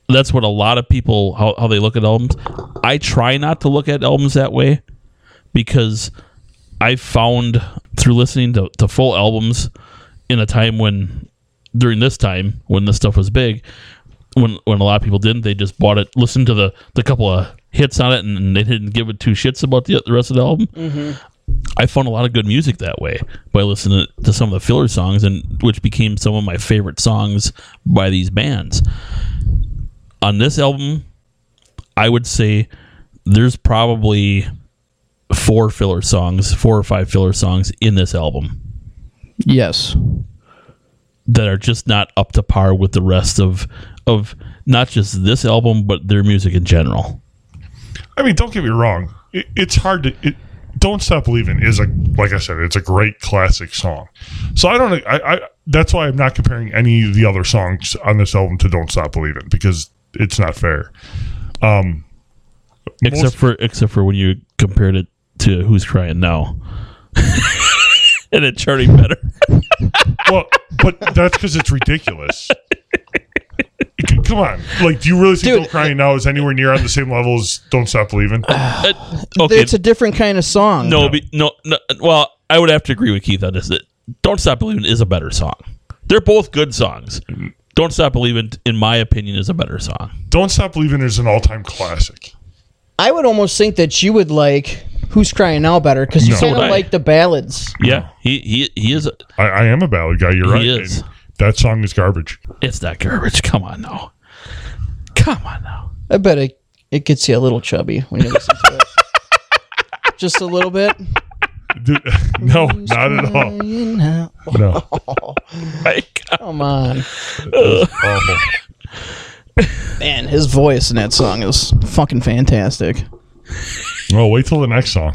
Speaker 3: that's what a lot of people how, how they look at albums. I try not to look at albums that way because I found through listening to, to full albums in a time when during this time when this stuff was big, when when a lot of people didn't, they just bought it, listened to the the couple of hits on it, and, they didn't give it two shits about the, the rest of the album. I found a lot of good music that way by listening to some of the filler songs, and which became some of my favorite songs by these bands. On this album, I would say there's probably four filler songs, four or five filler songs in this album.
Speaker 1: Yes.
Speaker 3: that are just not up to par with the rest of of not just this album but their music in general.
Speaker 4: I mean, don't get me wrong. It, it's hard to. It, don't stop believing is a like I said, it's a great classic song. So I don't. I, I that's why I'm not comparing any of the other songs on this album to Don't Stop Believing because it's not fair. Um,
Speaker 3: Except
Speaker 4: Most-
Speaker 3: for except for when you compared it to Who's Crying Now. and it charting better.
Speaker 4: well, but that's because it's ridiculous. C- Come on, like, do you really think
Speaker 1: Dude,
Speaker 4: "Don't Crying Now" is anywhere near on the same level as "Don't Stop Believing"?
Speaker 3: Uh, okay.
Speaker 1: It's a different kind of song.
Speaker 3: no, be, no, no. Well, I would have to agree with Keith on this. That "Don't Stop Believing" is a better song. They're both good songs. "Don't Stop Believing," in my opinion, is a better song.
Speaker 4: "Don't Stop Believing" is an all-time classic.
Speaker 1: I would almost think that you would like "Who's Crying Now" better because you
Speaker 4: No.
Speaker 1: kind
Speaker 3: So would
Speaker 1: of
Speaker 3: I.
Speaker 1: like the ballads.
Speaker 3: Yeah, he he he is.
Speaker 4: I, I am a ballad guy. You're right.
Speaker 3: He is.
Speaker 4: and That song is garbage.
Speaker 3: It's that garbage. Come on now. Come on now.
Speaker 1: I bet it, it gets you a little chubby when you listen to it. Just a little bit.
Speaker 4: Dude, no, not at all.
Speaker 1: No.
Speaker 4: No,
Speaker 3: My God.
Speaker 1: Come on.
Speaker 4: awful.
Speaker 1: Man, his voice in that song is fucking fantastic.
Speaker 4: Well, wait till the next song.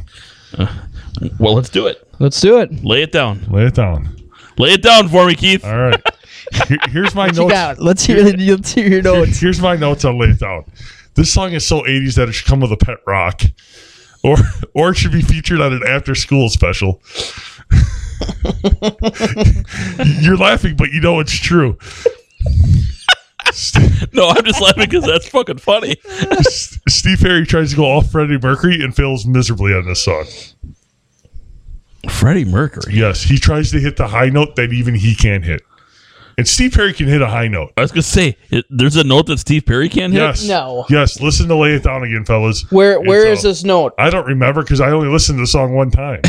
Speaker 3: Well, let's do it.
Speaker 1: Let's do it.
Speaker 3: Lay it down.
Speaker 4: Lay it down.
Speaker 3: Lay it down for me, Keith.
Speaker 4: All right. Here- here's my
Speaker 1: You
Speaker 4: notes.
Speaker 1: got it. Let's hear, the, let's hear your
Speaker 4: Here-
Speaker 1: notes.
Speaker 4: Here's my notes on Lay It Down. This song is so 80s that it should come with a pet rock. Or or it should be featured on an after school special. You're laughing, but you know it's true. St-
Speaker 3: No, I'm just laughing because that's fucking funny.
Speaker 4: Steve Perry tries to go all Freddie Mercury and fails miserably on this song.
Speaker 3: Freddie Mercury.
Speaker 4: Yes, he tries to hit the high note that even he can't hit. And Steve Perry can hit a high note.
Speaker 3: I was gonna say, it, there's a note that Steve Perry can't hit.
Speaker 4: Yes.
Speaker 1: No.
Speaker 4: Yes. Listen to Lay It Down again, fellas.
Speaker 1: Where Where
Speaker 4: And
Speaker 1: is
Speaker 4: so-
Speaker 1: this note?
Speaker 4: I don't remember because I only listened to the song one time.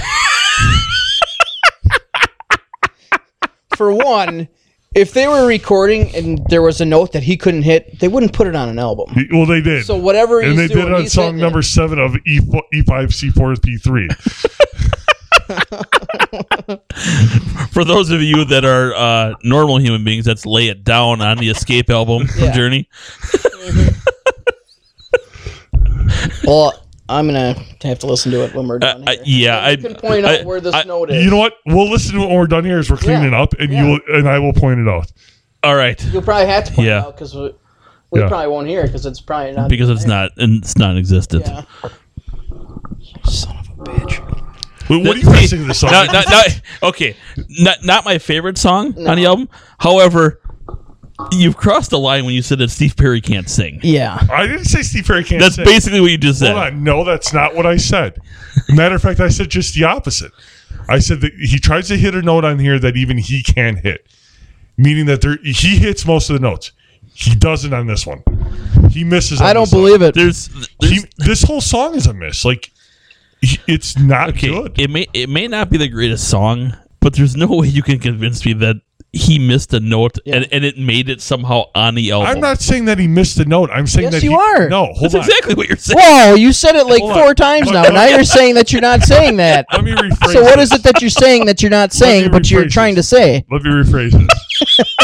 Speaker 1: For one, if they were recording and there was a note that he couldn't hit, they wouldn't put it on an album.
Speaker 4: well, they did.
Speaker 1: So whatever he's
Speaker 4: and they
Speaker 1: doing,
Speaker 4: did it on
Speaker 1: he's
Speaker 4: song
Speaker 1: hitting it.
Speaker 4: number seven of E E five C four P three.
Speaker 3: For those of you that are uh, normal human beings, that's "Lay It Down" on the Escape album from
Speaker 1: Yeah.
Speaker 3: Journey.
Speaker 1: Well, I'm gonna have to listen to it
Speaker 4: Uh,
Speaker 1: when we're done.
Speaker 3: I-
Speaker 1: here.
Speaker 3: yeah,
Speaker 1: And you
Speaker 3: I-
Speaker 1: can point out
Speaker 3: I-
Speaker 1: where this
Speaker 3: I-
Speaker 1: note is.
Speaker 4: You know what? We'll listen to it when we're done here as we're cleaning up, and you will, and I will point it out.
Speaker 3: All right,
Speaker 1: You'll probably have to point
Speaker 3: Yeah.
Speaker 1: it out because we, we
Speaker 4: Yeah.
Speaker 1: probably won't hear it because it's probably not.
Speaker 3: because it's not and it's non-existent.
Speaker 1: yeah. Son of a bitch.
Speaker 4: Wait, what do you guys think of this song?
Speaker 3: Not, not, not, okay, not not my favorite song on the album. However, you've crossed the line when you said that Steve Perry can't sing.
Speaker 1: Yeah.
Speaker 4: I didn't say Steve Perry can't.
Speaker 3: That's
Speaker 4: sing.
Speaker 3: basically what you just said.
Speaker 4: Hold on. No, that's not what I said. Matter of fact, I said just the opposite. I said that he tries to hit a note on here that even he can hit, meaning that there, he hits most of the notes. He doesn't on this one. He misses. On
Speaker 1: I don't
Speaker 4: this song.
Speaker 1: believe it.
Speaker 3: There's, there's
Speaker 4: he, this whole song is a miss. Like he- it's not
Speaker 3: okay,
Speaker 4: good.
Speaker 3: It may it may not be the greatest song, but there's no way you can convince me that he missed a note and, and it made it somehow on the album.
Speaker 4: I'm not saying that he missed a note. I'm saying
Speaker 1: Yes,
Speaker 4: that
Speaker 1: you
Speaker 4: he,
Speaker 1: are.
Speaker 4: No, hold
Speaker 3: That's
Speaker 4: on.
Speaker 3: exactly what you're saying.
Speaker 1: Whoa, you said it like
Speaker 4: Hold
Speaker 1: four
Speaker 4: on.
Speaker 1: times now. Now you're saying that you're not saying that.
Speaker 4: Let me rephrase.
Speaker 1: So what
Speaker 4: this.
Speaker 1: is it that you're saying that you're not saying, but you're
Speaker 4: rephrase
Speaker 1: trying to
Speaker 4: this.
Speaker 1: say?
Speaker 4: Let me rephrase this.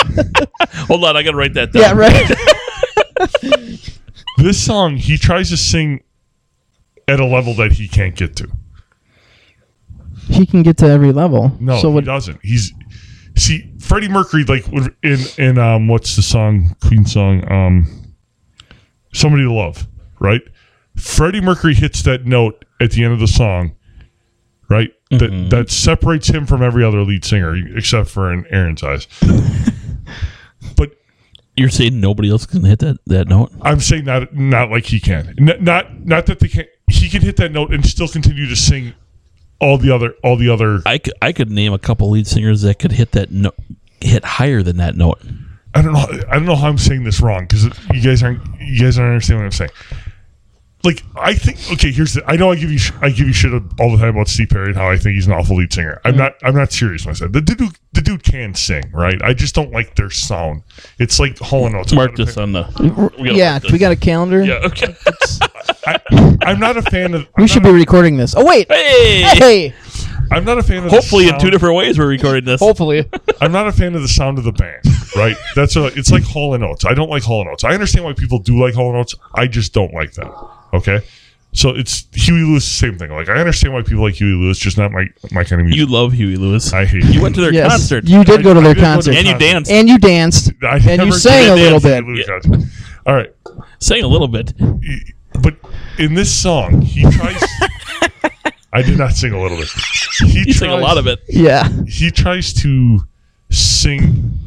Speaker 3: Hold on, I gotta write that down.
Speaker 1: Yeah, right.
Speaker 4: This song, he tries to sing at a level that he can't get to.
Speaker 1: he can get to every level.
Speaker 4: No,
Speaker 1: So
Speaker 4: he
Speaker 1: what?
Speaker 4: doesn't. He's see Freddie Mercury like when- in in um what's the song Queen song um somebody to love right. Freddie Mercury hits that note at the end of the song, right?
Speaker 1: Mm-hmm.
Speaker 4: That that separates him from every other lead singer except for in Aaron's eyes. but
Speaker 3: You're saying nobody else can hit that, that note?
Speaker 4: I'm saying not not like he can. N- not not that they can. He can hit that note and still continue to sing all the other all the other.
Speaker 3: I could, I could name a couple lead singers that could hit that note hit higher than that note.
Speaker 4: I don't know. I don't know how I'm saying this wrong because you guys aren't. You guys aren't understanding what I'm saying. Like I think. Okay, here's the. I know I give you. Sh- I give you shit all the time about Steve Perry and how I think he's an awful lead singer.
Speaker 3: Mm.
Speaker 4: I'm not. I'm not serious when I said the dude. The dude can sing, right? I just don't like their sound. It's like Hall Notes.
Speaker 3: Mark this on the we gotta
Speaker 1: Yeah,
Speaker 3: mark this.
Speaker 1: we got a calendar.
Speaker 3: yeah, okay.
Speaker 4: I, I'm not a fan of.
Speaker 1: We should be recording this. Oh wait.
Speaker 3: Hey!
Speaker 1: Hey.
Speaker 4: I'm not a fan of.
Speaker 3: Hopefully,
Speaker 4: the
Speaker 3: in two
Speaker 4: sound-
Speaker 3: different ways, we're recording this.
Speaker 1: Hopefully.
Speaker 4: I'm not a fan of the sound of the band. Right. That's a. It's like Hall and Oates. I don't like Hall and Oates. I understand why people do like Hall and Oates. I just don't like them. Okay. So it's Huey Lewis, same thing. Like I understand why people like Huey Lewis, just not my my kind of music.
Speaker 3: You love Huey Lewis.
Speaker 4: I hate
Speaker 3: you went to their
Speaker 1: yes.
Speaker 3: concert
Speaker 1: You did go to
Speaker 4: I-
Speaker 1: their
Speaker 4: I did go to
Speaker 1: concert.
Speaker 4: their
Speaker 3: and you
Speaker 4: concert.
Speaker 3: danced,
Speaker 1: And you danced.
Speaker 4: I
Speaker 1: And you
Speaker 4: never
Speaker 1: sang a
Speaker 4: did
Speaker 1: little
Speaker 4: dance
Speaker 1: bit.
Speaker 4: to Huey Lewis concert. All right.
Speaker 3: sang a little bit.
Speaker 4: but in this song, he tries. I did not sing a little bit. He
Speaker 3: You sang a
Speaker 4: tries-
Speaker 3: lot of it.
Speaker 1: Yeah.
Speaker 4: He tries to sing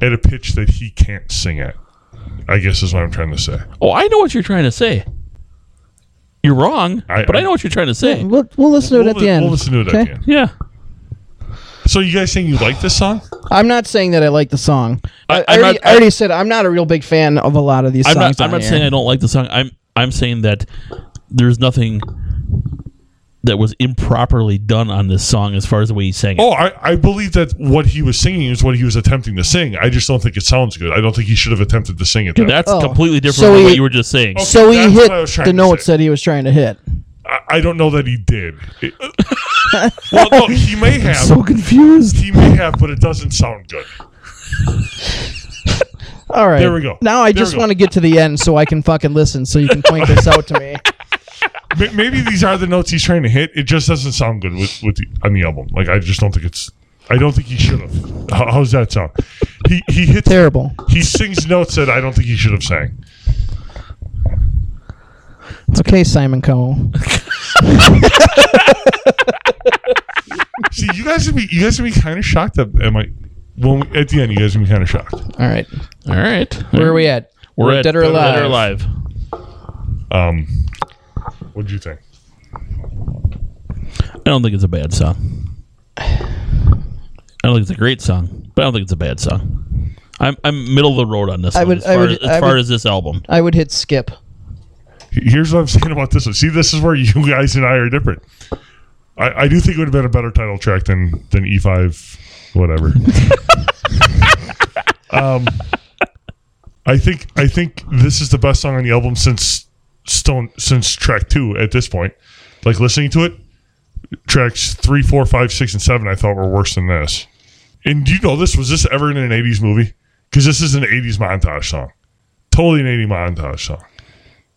Speaker 4: at a pitch that he can't sing at. I guess is what I'm trying to say.
Speaker 3: Oh, I know what you're trying to say. You're wrong,
Speaker 4: I-
Speaker 3: but I,
Speaker 4: I-
Speaker 3: know what you're trying to say.
Speaker 1: We'll, we'll listen to it
Speaker 4: we'll,
Speaker 1: at the
Speaker 4: li-
Speaker 1: end.
Speaker 4: we'll listen to it at
Speaker 1: Okay?
Speaker 4: the end.
Speaker 3: Yeah.
Speaker 4: So you guys saying you like this song?
Speaker 1: I'm not saying that I like the song. I,
Speaker 3: I-
Speaker 1: I
Speaker 3: I'm
Speaker 1: already,
Speaker 3: not-
Speaker 1: I already said I'm not a real big fan of a lot of these
Speaker 3: I'm
Speaker 1: songs.
Speaker 3: not. I'm
Speaker 1: on
Speaker 3: not
Speaker 1: here.
Speaker 3: saying I don't like the song. I'm. I'm saying that there's nothing that was improperly done on this song as far as the way he sang it.
Speaker 4: Oh, I, I believe that what he was singing is what he was attempting to sing. I just don't think it sounds good. I don't think he should have attempted to sing it. That.
Speaker 3: That's
Speaker 1: Oh.
Speaker 3: completely different
Speaker 1: So
Speaker 3: from what
Speaker 1: he-
Speaker 3: you were just saying.
Speaker 4: Okay.
Speaker 1: so he
Speaker 4: That's
Speaker 1: hit
Speaker 4: what I was trying
Speaker 1: the
Speaker 4: to
Speaker 1: notes
Speaker 4: say.
Speaker 1: that he was trying to hit.
Speaker 4: I, I don't know that he did. It- uh, well, no, he may have.
Speaker 1: confused.
Speaker 4: he may have, but it doesn't sound good.
Speaker 1: All right.
Speaker 4: There we go.
Speaker 1: Now I
Speaker 4: There we
Speaker 1: just
Speaker 4: go.
Speaker 1: want to get to the end so I can fucking listen so you can point this out to me.
Speaker 4: Ma- Maybe these are the notes he's trying to hit. It just doesn't sound good with, with the, on the album. Like I just don't think it's. I don't think he should have. How, how's that sound? He he hits.
Speaker 1: Terrible.
Speaker 4: He sings notes that I don't think he should have sang.
Speaker 1: It's okay, Simon Cowell.
Speaker 4: See, you guys would be you guys would be kind of shocked at, at my when we, at the end. You guys would be kind of shocked.
Speaker 1: All right.
Speaker 3: All right.
Speaker 1: Where are we at?
Speaker 3: We're at
Speaker 1: Dead or Alive.
Speaker 4: Um, what'd you think?
Speaker 3: I don't think it's a bad song. I don't think it's a great song, but I don't think it's a bad song. I'm I'm middle of the road on this.
Speaker 1: I
Speaker 3: one
Speaker 1: would-
Speaker 3: as
Speaker 1: I
Speaker 3: far,
Speaker 1: would-
Speaker 3: as, as,
Speaker 1: I
Speaker 3: far
Speaker 1: would-
Speaker 3: as this album.
Speaker 1: I would hit skip.
Speaker 4: Here's what I'm saying about this one. See, this is where you guys and I are different. I, I do think it would have been a better title track than than E5, whatever. um, I think I think this is the best song on the album since Stone since track two at this point. Like listening to it, tracks three, four, five, six, and seven I thought were worse than this. And do you know this? Was this ever in an '80s movie? Because this is an '80s montage song, totally an '80s montage song.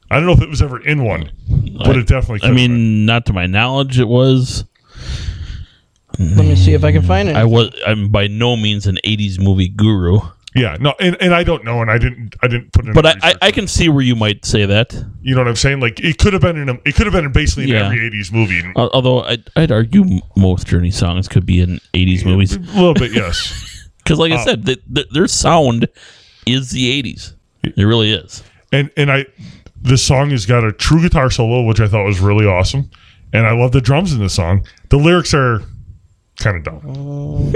Speaker 4: I don't know if it was ever in one, but it definitely.
Speaker 3: I
Speaker 4: could've been.
Speaker 3: mean, not to my knowledge, it was.
Speaker 1: Let me see if I can find it.
Speaker 3: I was. I'm by no means an '80s movie guru,
Speaker 4: Yeah, no, and, and I don't know, and I didn't, I didn't put it. in
Speaker 3: but
Speaker 4: the
Speaker 3: I, I,
Speaker 4: research.
Speaker 3: I can see where you might say that.
Speaker 4: you know what I'm saying? Like it could have been in, a, it could have been in basically in
Speaker 3: Yeah. Uh,
Speaker 4: every '80s movie, a
Speaker 3: Al- Although I'd, I'd argue m- most Journey songs could be in '80s movies
Speaker 4: little bit, yes.
Speaker 3: because, like I
Speaker 4: Oh.
Speaker 3: said, th th their sound is the '80s. It really is.
Speaker 4: And and I, this song has got a true guitar solo, which I thought was really awesome, and I love the drums in the song. The lyrics are kind of dumb.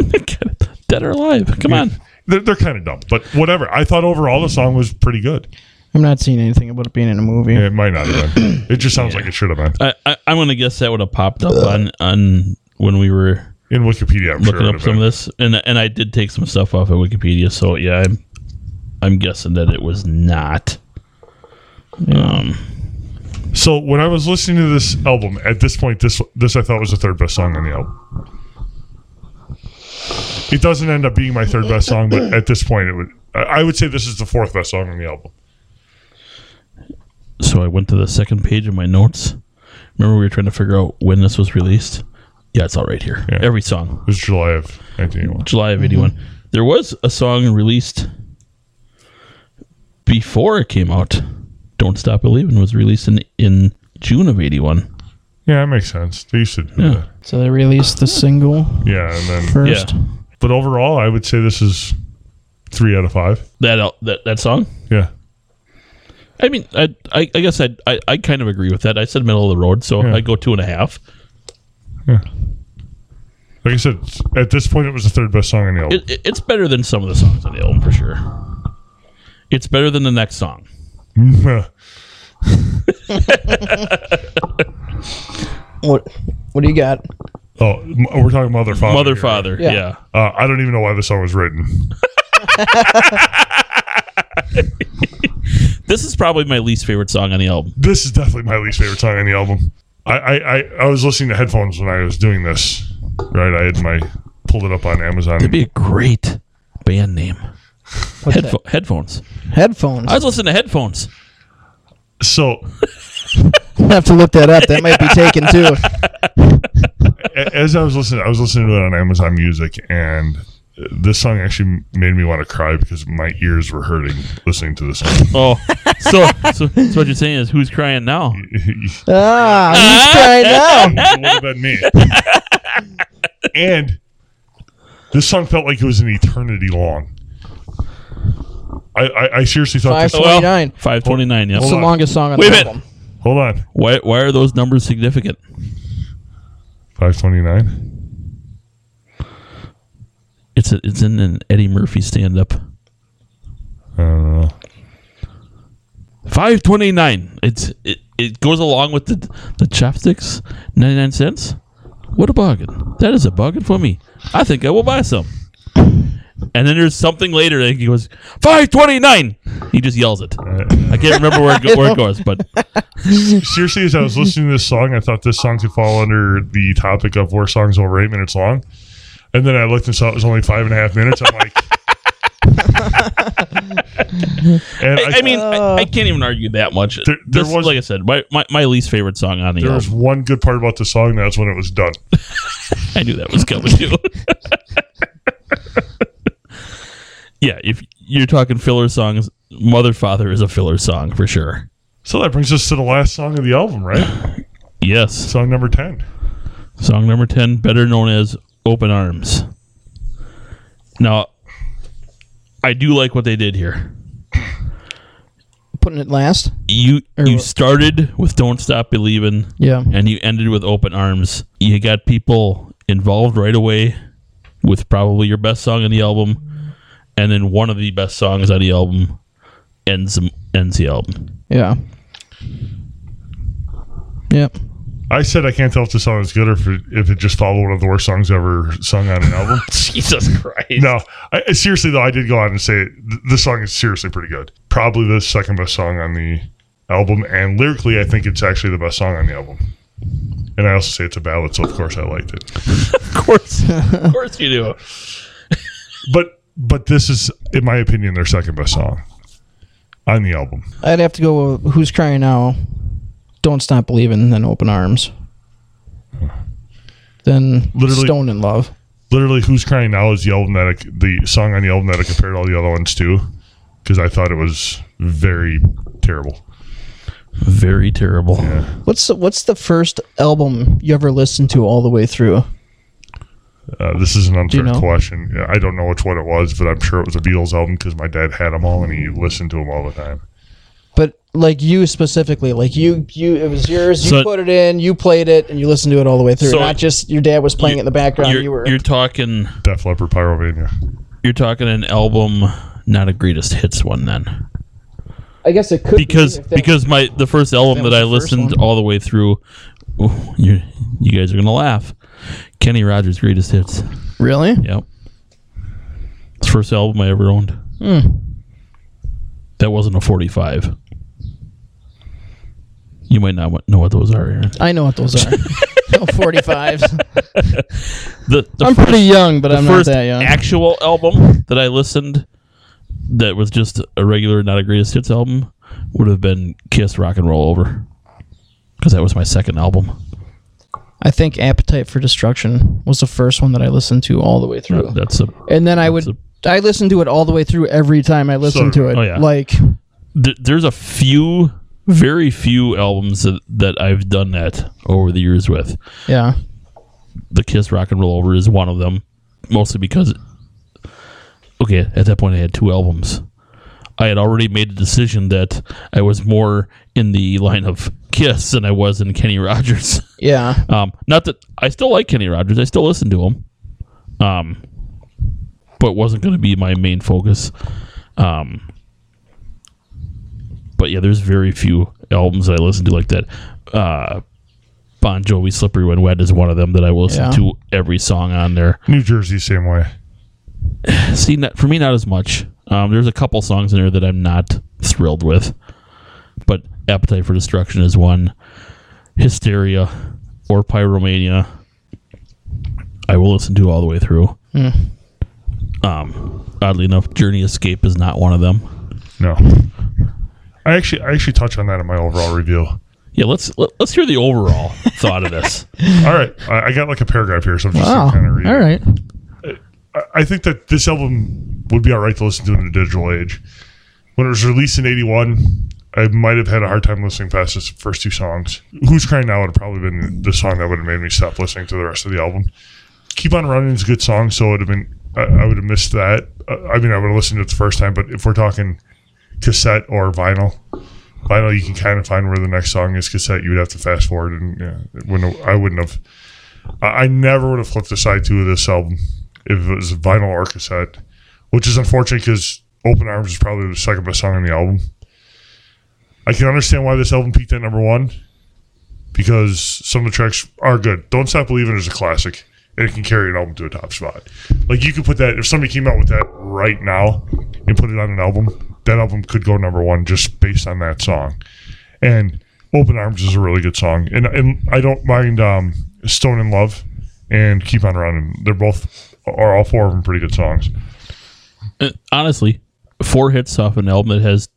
Speaker 3: Dead or alive? Come on.
Speaker 4: They're, they're kind of dumb, but whatever. I thought overall the song was pretty good.
Speaker 1: I'm not seeing anything about it being in a movie.
Speaker 4: It might not have been. It just sounds like it should have been
Speaker 3: I, I, I'm gonna guess that would have popped up on on when we were
Speaker 4: in Wikipedia. I'm
Speaker 3: looking
Speaker 4: sure it would
Speaker 3: up
Speaker 4: have
Speaker 3: some of
Speaker 4: been.
Speaker 3: this, and and I did take some stuff off of Wikipedia. So yeah, I'm I'm guessing that it was not.
Speaker 4: Oh.
Speaker 3: Um,
Speaker 4: So when I was listening to this album, at this point, this this I thought was the third best song on the album. It doesn't end up being my third best song, but at this point, it would. I I would say this is the fourth best song on the album.
Speaker 3: so I went to the second page of my notes. Remember, we were trying to figure out when this was released. Yeah, it's all right here.
Speaker 4: Yeah. Mm-hmm.
Speaker 3: Every song,
Speaker 4: It was July of 1981.
Speaker 3: July of '81. There was a song released before it came out. "Don't Stop Believing" was released in in June of '81.
Speaker 4: Yeah, that makes sense. They used to do
Speaker 3: Yeah.
Speaker 4: that.
Speaker 1: So they released the single
Speaker 4: Yeah, and then.
Speaker 1: first.
Speaker 3: Yeah,
Speaker 4: But overall, I would say this is three out of five.
Speaker 3: that al- that that song.
Speaker 4: Yeah,
Speaker 3: I mean, I I, I guess I'd, I I kind of agree with that. I said middle of the road, so
Speaker 4: Yeah.
Speaker 3: I go two and a half.
Speaker 4: like I said, at this point, it was the third best song on the album.
Speaker 3: It, it- it's better than some of the songs on the album for sure. It's better than the next song.
Speaker 4: Oh,
Speaker 1: What What do you got?
Speaker 4: oh, m- we're talking mother father.
Speaker 3: Mother,
Speaker 4: here.
Speaker 3: father,
Speaker 1: Yeah.
Speaker 3: yeah.
Speaker 4: Uh, I don't even know why the song was written.
Speaker 3: This is probably my least favorite song on the album.
Speaker 4: this is definitely my least favorite song on the album. I, I, I, I was listening to headphones when I was doing this, right? I had my pulled it up on Amazon.
Speaker 3: That'd be a great band name.
Speaker 1: What's that?
Speaker 3: Headpho- headphones.
Speaker 1: Headphones.
Speaker 3: I was listening to headphones.
Speaker 4: so
Speaker 1: I have to look that up. That might be taken too.
Speaker 4: a- as I was listening, I was listening to it on Amazon Music, and this song actually made me want to cry because my ears were hurting listening to this song.
Speaker 3: Oh, so, so, so what you're saying is who's crying now?
Speaker 1: Ah, he's crying now.
Speaker 4: it would have been me. and this song felt like it was an eternity long. I, I, I seriously thought
Speaker 1: Five
Speaker 4: this.
Speaker 1: seconds. 29.
Speaker 3: Oh, Five twenty nine. Yeah.
Speaker 1: It's
Speaker 4: Hold
Speaker 1: the
Speaker 4: on.
Speaker 1: longest song on
Speaker 3: Wait a
Speaker 1: the
Speaker 3: minute.
Speaker 1: album.
Speaker 4: Hold on,
Speaker 3: Why why are those numbers significant?
Speaker 4: five twenty nine.
Speaker 3: It's a, it's in an Eddie Murphy stand up.
Speaker 4: I don't know.
Speaker 3: Five twenty nine. It's it, it goes along with the the chopsticks. Ninety nine cents. What a bargain! That is a bargain for me. I think I will buy some. And then there's something later that he goes five twenty nine. He just yells it. I can't remember where it, go, where it goes, but
Speaker 4: seriously, as I was listening to this song, I thought this song could fall under the topic of where songs over eight minutes long. And then I looked and saw it was only five and a half minutes. I'm like, and I,
Speaker 3: I, I mean I, I can't even argue that much.
Speaker 4: There- there
Speaker 3: This,
Speaker 4: was-
Speaker 3: like I said, my, my, my least favorite song on the
Speaker 4: there was
Speaker 3: album.
Speaker 4: one good part about the song. and That's when it was done.
Speaker 3: I knew that was coming too. yeah, if you're talking filler songs, Mother Father is a filler song for sure.
Speaker 4: So that brings us to the last song of the album, right?
Speaker 3: Yes.
Speaker 4: Song number ten.
Speaker 3: Song number 10, better known as Open Arms. Now, I do like what they did here.
Speaker 1: Putting it last.
Speaker 3: You
Speaker 1: Or
Speaker 3: you
Speaker 1: what-
Speaker 3: started with Don't Stop Believing
Speaker 1: Yeah.
Speaker 3: and you ended with Open Arms. You got people involved right away with probably your best song on the album and then one of the best songs on the album ends ends the album.
Speaker 1: Yeah. Yep.
Speaker 4: I said I can't tell if the song is good or if it, if it just followed one of the worst songs ever sung on an album.
Speaker 3: Jesus Christ.
Speaker 4: No, I, I- seriously though, I did go out and say th- this song is seriously pretty good. Probably the second best song on the album, and lyrically, I think it's actually the best song on the album. And I also say it's a ballad, so of course I liked it.
Speaker 3: Of course. Of course you do.
Speaker 4: But but this is, in my opinion, their second best song on the album.
Speaker 1: I'd have to go with Who's Crying Now, Don't Stop Believing, then Open Arms. Then
Speaker 4: Literally-
Speaker 1: Stone in Love.
Speaker 4: Literally, "Who's Crying Now" is the album that I c the song on the album that I compared all the other ones to because I thought it was very terrible.
Speaker 3: Very terrible.
Speaker 1: What's the, what's the first album you ever listened to all the way through?
Speaker 4: Uh, this is an unfair
Speaker 1: know?
Speaker 4: question. Yeah, I don't know which one it was, but I'm sure it was a Beatles album because my dad had them all and he listened to them all the time.
Speaker 1: But like you specifically, like you you it was yours, you
Speaker 3: So-
Speaker 1: put it in, you played it, and you listened to it all the way through.
Speaker 3: So-
Speaker 1: Not just your dad was playing it in the background,
Speaker 3: You're,
Speaker 1: you were
Speaker 3: you're talking
Speaker 4: Def Leppard, Pyromania.
Speaker 3: you're talking an album not a greatest hits one then
Speaker 1: I guess it could be,
Speaker 3: because
Speaker 1: if that-
Speaker 3: because my the first album
Speaker 1: that
Speaker 3: that,
Speaker 1: was
Speaker 3: I
Speaker 1: the first
Speaker 3: listened
Speaker 1: one.
Speaker 3: all the way through oh, you you guys are gonna laugh Kenny Rogers greatest hits
Speaker 1: Really?
Speaker 3: yep it's the first album I ever owned
Speaker 1: Hmm.
Speaker 3: that wasn't a 45 you might not wa- know what those are Aaron.
Speaker 1: I know what those are. no, 45s.
Speaker 3: the, the
Speaker 1: I'm
Speaker 3: first-
Speaker 1: pretty young, but I'm not
Speaker 3: first
Speaker 1: that young.
Speaker 3: actual album that I listened that was just a regular, not a greatest hits album would have been Kiss Rock and Roll Over because that was my second album.
Speaker 1: I think Appetite for Destruction was the first one that I listened to all the way through.
Speaker 3: That's a
Speaker 1: and then I would I listened to it all the way through every time I listened
Speaker 4: So-
Speaker 1: to it.
Speaker 3: oh, yeah.
Speaker 1: Like
Speaker 3: th- there's a few, very few albums that, that I've done that over the years with.
Speaker 1: yeah.
Speaker 3: The Kiss Rock and Roll Over is one of them, mostly because okay, at that point I had two albums. I had already made a decision that I was more in the line of Kiss than I was in Kenny Rogers.
Speaker 1: Yeah.
Speaker 3: Um, not that I still like Kenny Rogers. I still listen to him. Um, but wasn't going to be my main focus. Um, but yeah, there's very few albums that I listen to like that. Uh, bon Jovi, "Slippery When Wet" is one of them that I will listen
Speaker 1: Yeah.
Speaker 3: to every song on there.
Speaker 4: New Jersey, same way.
Speaker 3: See, not, for me, not as much. Um, there's a couple songs in there that I'm not thrilled with, but "Appetite for Destruction" is one. "Hysteria" or "Pyromania." I will listen to all the way through. Um, oddly enough, Journey Escape is not one of them.
Speaker 4: No. I actually I actually touch on that in my overall review.
Speaker 3: Yeah, let's let, let's hear the overall thought of this.
Speaker 4: All right, I, I got like a paragraph here, so I'm just
Speaker 1: Wow.
Speaker 4: kind of reading.
Speaker 1: Oh, All right.
Speaker 4: I- I think that this album would be all right to listen to in the digital age. When it was released in '81, I might have had a hard time listening past its first two songs. "Who's Crying Now" would have probably been the song that would have made me stop listening to the rest of the album. "Keep on Running" is a good song, so it would have been I, I would have missed that. Uh, I mean, I would have listened to it the first time, but if we're talking cassette or vinyl, vinyl you can kind of find where the next song is. Cassette, you would have to fast forward, and yeah, it wouldn't have- I wouldn't have. I I never would have flipped aside to this album if it was vinyl or cassette, which is unfortunate because Open Arms is probably the second best song on the album. I can understand why this album peaked at number one because some of the tracks are good. Don't Stop Believing is a classic and it can carry an album to a top spot. Like you could put that, if somebody came out with that right now and put it on an album, that album could go number one just based on that song. And Open Arms is a really good song. And, and I don't mind um, Stone in Love and Keep on Running. They're both, are all four of them pretty good songs.
Speaker 3: Uh, Honestly, four hits off an album that has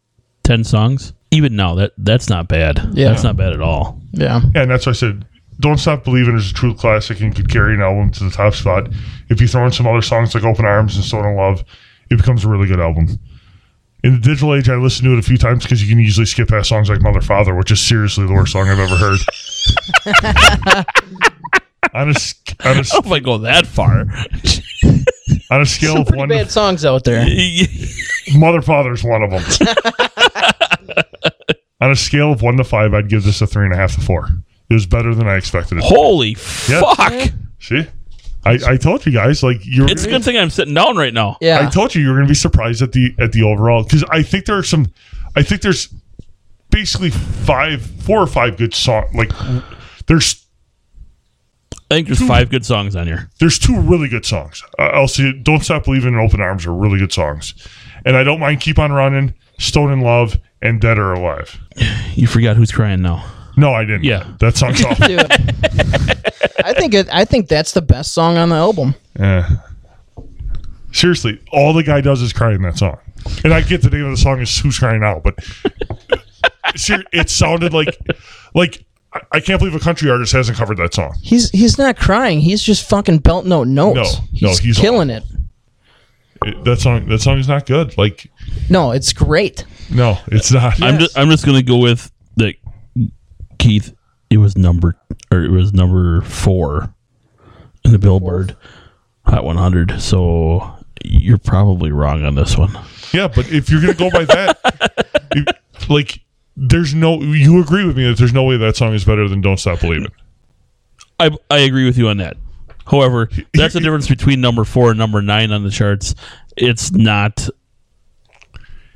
Speaker 3: ten songs. Even now, that that's not bad.
Speaker 1: Yeah.
Speaker 3: that's not bad at all.
Speaker 1: Yeah.
Speaker 4: Yeah, and that's why I said, "Don't Stop Believing" is a true classic and could carry an album to the top spot. If you throw in some other songs like "Open Arms" and "Stone in Love," it becomes a really good album. In the digital age, I listened to it a few times because you can usually skip past songs like "Mother Father," which is seriously the worst song I've ever heard. on a s- on a s-
Speaker 3: If I go that far,
Speaker 4: on a scale of
Speaker 1: Pretty
Speaker 4: one,
Speaker 1: bad
Speaker 4: to,
Speaker 1: songs out there.
Speaker 4: "Mother Father" is one of them. on a scale of one to five, I'd give this a three and a half to four. It was better than I expected. It.
Speaker 3: holy
Speaker 4: Yeah.
Speaker 3: fuck!
Speaker 4: See, I, I told you guys, like you're.
Speaker 3: It's a good thing I'm sitting down right now.
Speaker 1: Yeah.
Speaker 4: I told you you were going to be surprised at the at the overall because I think there are some, I think there's basically five, four or five good song. Like there's
Speaker 3: I think there's five good songs on here.
Speaker 4: there's two really good songs. Uh, I'll say "Don't Stop Believing" and "Open Arms" are really good songs, and I don't mind "Keep on Running," "Stone in Love," and "Dead or Alive."
Speaker 3: You forgot who's crying now.
Speaker 4: No, I didn't.
Speaker 3: Yeah.
Speaker 4: that song's awful.
Speaker 1: Dude. I think it, I think that's the best song on the album.
Speaker 4: Yeah. Eh. Seriously, all the guy does is cry in that song. And I get the name of the song is Who's Crying Now, but ser- it sounded like like I- I can't believe a country artist hasn't covered that song.
Speaker 1: He's he's not crying. He's just fucking belting out notes.
Speaker 4: No, no,
Speaker 1: he's,
Speaker 4: he's
Speaker 1: killing it.
Speaker 4: It- that song that song is not good. Like
Speaker 1: No, it's great.
Speaker 4: no, it's not.
Speaker 3: I'm just I'm just gonna go with that. Keith, it was number or it was number four in the Billboard Hot 100. So you're probably wrong on this one.
Speaker 4: yeah, but if you're gonna go by that, you- like there's no you agree with me that there's no way that song is better than Don't Stop Believing.
Speaker 3: I I agree with you on that. However, that's the difference between number four and number nine on the charts. It's not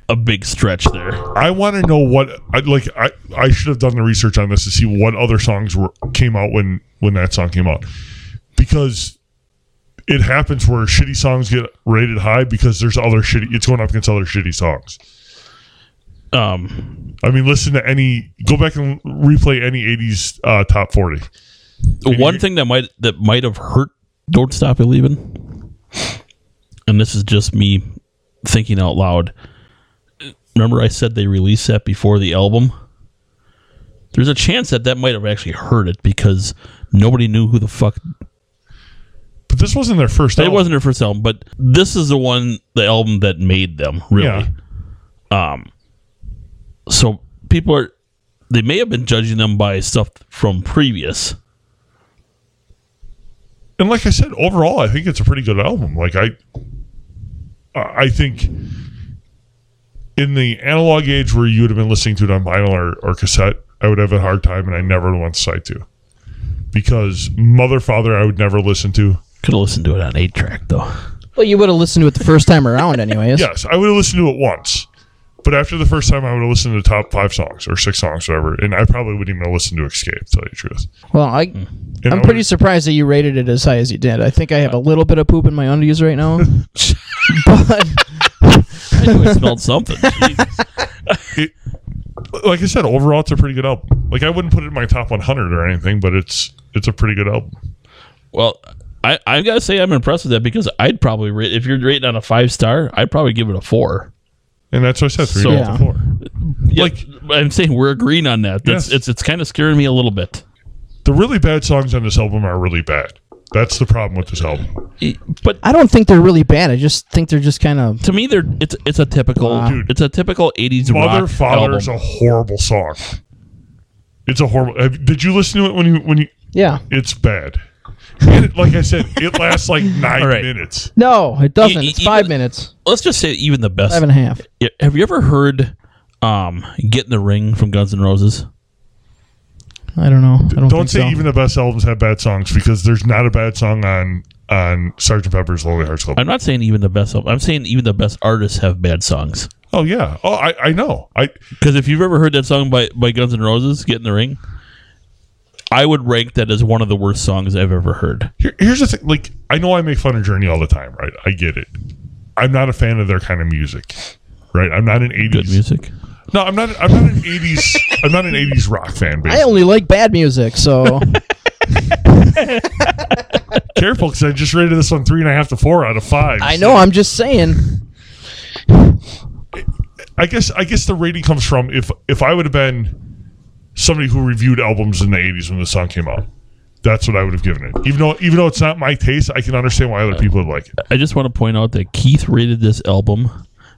Speaker 3: a big stretch there.
Speaker 4: I want to know what I like. I I should have done the research on this to see what other songs were came out when when that song came out, because it happens where shitty songs get rated high because there's other shitty. It's going up against other shitty songs.
Speaker 3: Um,
Speaker 4: I mean, listen to any. Go back and replay any '80s uh, top forty.
Speaker 3: one thing that might that might have hurt don't stop believing and this is just me thinking out loud remember i said they released that before the album there's a chance that that might have actually hurt it because nobody knew who the fuck
Speaker 4: But this wasn't their first.
Speaker 3: it
Speaker 4: album.
Speaker 3: wasn't their first album but this is the one the album that made them really Um,
Speaker 4: Yeah.
Speaker 3: so people are they may have been judging them by stuff from previous
Speaker 4: and like I said, overall, I think it's a pretty good album. Like I, I think in the analog age where you would have been listening to it on vinyl or, or cassette, I would have a hard time, and I never would want to cite to because Mother Father, I would never listen to.
Speaker 3: could have listened to it on 8 track though
Speaker 1: Well, you would have listened to it the first time around, anyways.
Speaker 4: Yes, I would have listened to it once, but after the first time, I would have listened to the top five songs or six songs, whatever, and I probably wouldn't even have listened to Escape. To tell you the truth,
Speaker 1: Well, I
Speaker 4: Mm. And
Speaker 1: I'm
Speaker 4: I
Speaker 1: pretty
Speaker 4: would've-
Speaker 1: surprised that you rated it as high as you did. I think I have a little bit of poop in my undies right now, but
Speaker 3: i knew i smelled something Jesus.
Speaker 4: it, like I said, overall, it's a pretty good album. Like I wouldn't put it in my top 100 or anything, but it's it's a pretty good album.
Speaker 3: Well, I I gotta say I'm impressed with that because I'd probably rate if you're rating on a five star, I'd probably give it a four.
Speaker 4: And that's what I said. Three
Speaker 3: So-
Speaker 4: so, to four.
Speaker 3: Like I'm saying, we're agreeing on that. That's
Speaker 4: Yes.
Speaker 3: it's it's kind of scaring me a little bit.
Speaker 4: The really bad songs on this album are really bad. That's the problem with this album.
Speaker 3: But
Speaker 1: I don't think they're really bad. I just think they're just kind of
Speaker 3: to me, they're it's it's a typical
Speaker 4: Dude.
Speaker 3: it's a typical '80s
Speaker 4: Mother
Speaker 3: rock
Speaker 4: Father
Speaker 3: album.
Speaker 4: is a horrible song. It's a horrible. have- Did you listen to it when you when you?
Speaker 1: yeah.
Speaker 4: It's bad. And it- like I said, it lasts like nine
Speaker 3: All right.
Speaker 4: minutes.
Speaker 1: No, it doesn't.
Speaker 3: E- e-
Speaker 1: it's five
Speaker 3: even-
Speaker 1: minutes,
Speaker 3: Let's just say even the best.
Speaker 1: five and a half.
Speaker 3: Yeah, Have you ever heard um, "Get in the Ring" from Guns N' Roses?
Speaker 1: I don't know. I don't,
Speaker 4: Don't
Speaker 1: think
Speaker 4: say
Speaker 1: so.
Speaker 4: even the best albums have bad songs because there's not a bad song on on Sergeant Pepper's Lonely Hearts Club.
Speaker 3: I'm not saying even the best. I'm saying even the best artists have bad songs.
Speaker 4: oh yeah. Oh, I I know. I
Speaker 3: Because if you've ever heard that song by, by Guns N' Roses, "Get in the Ring," I would rank that as one of the worst songs I've ever heard.
Speaker 4: Here, here's the thing. Like, I know I make fun of Journey all the time, right? I get it. I'm not a fan of their kind of music, right? I'm not an '80s.
Speaker 3: Good music.
Speaker 4: No, I'm not. I'm not an '80s. I'm not an '80s rock fan.
Speaker 1: I
Speaker 4: Basically.
Speaker 1: only like bad music, so
Speaker 4: Careful, because I just rated this one three and a half to four out of five.
Speaker 1: I
Speaker 4: So
Speaker 1: know. I'm just saying.
Speaker 4: I guess. I guess the rating comes from if if I would have been somebody who reviewed albums in the '80s when the song came out. That's what I would have given it. Even though, even though it's not my taste, I can understand why other people would like it.
Speaker 3: I just want to point out that Keith rated this album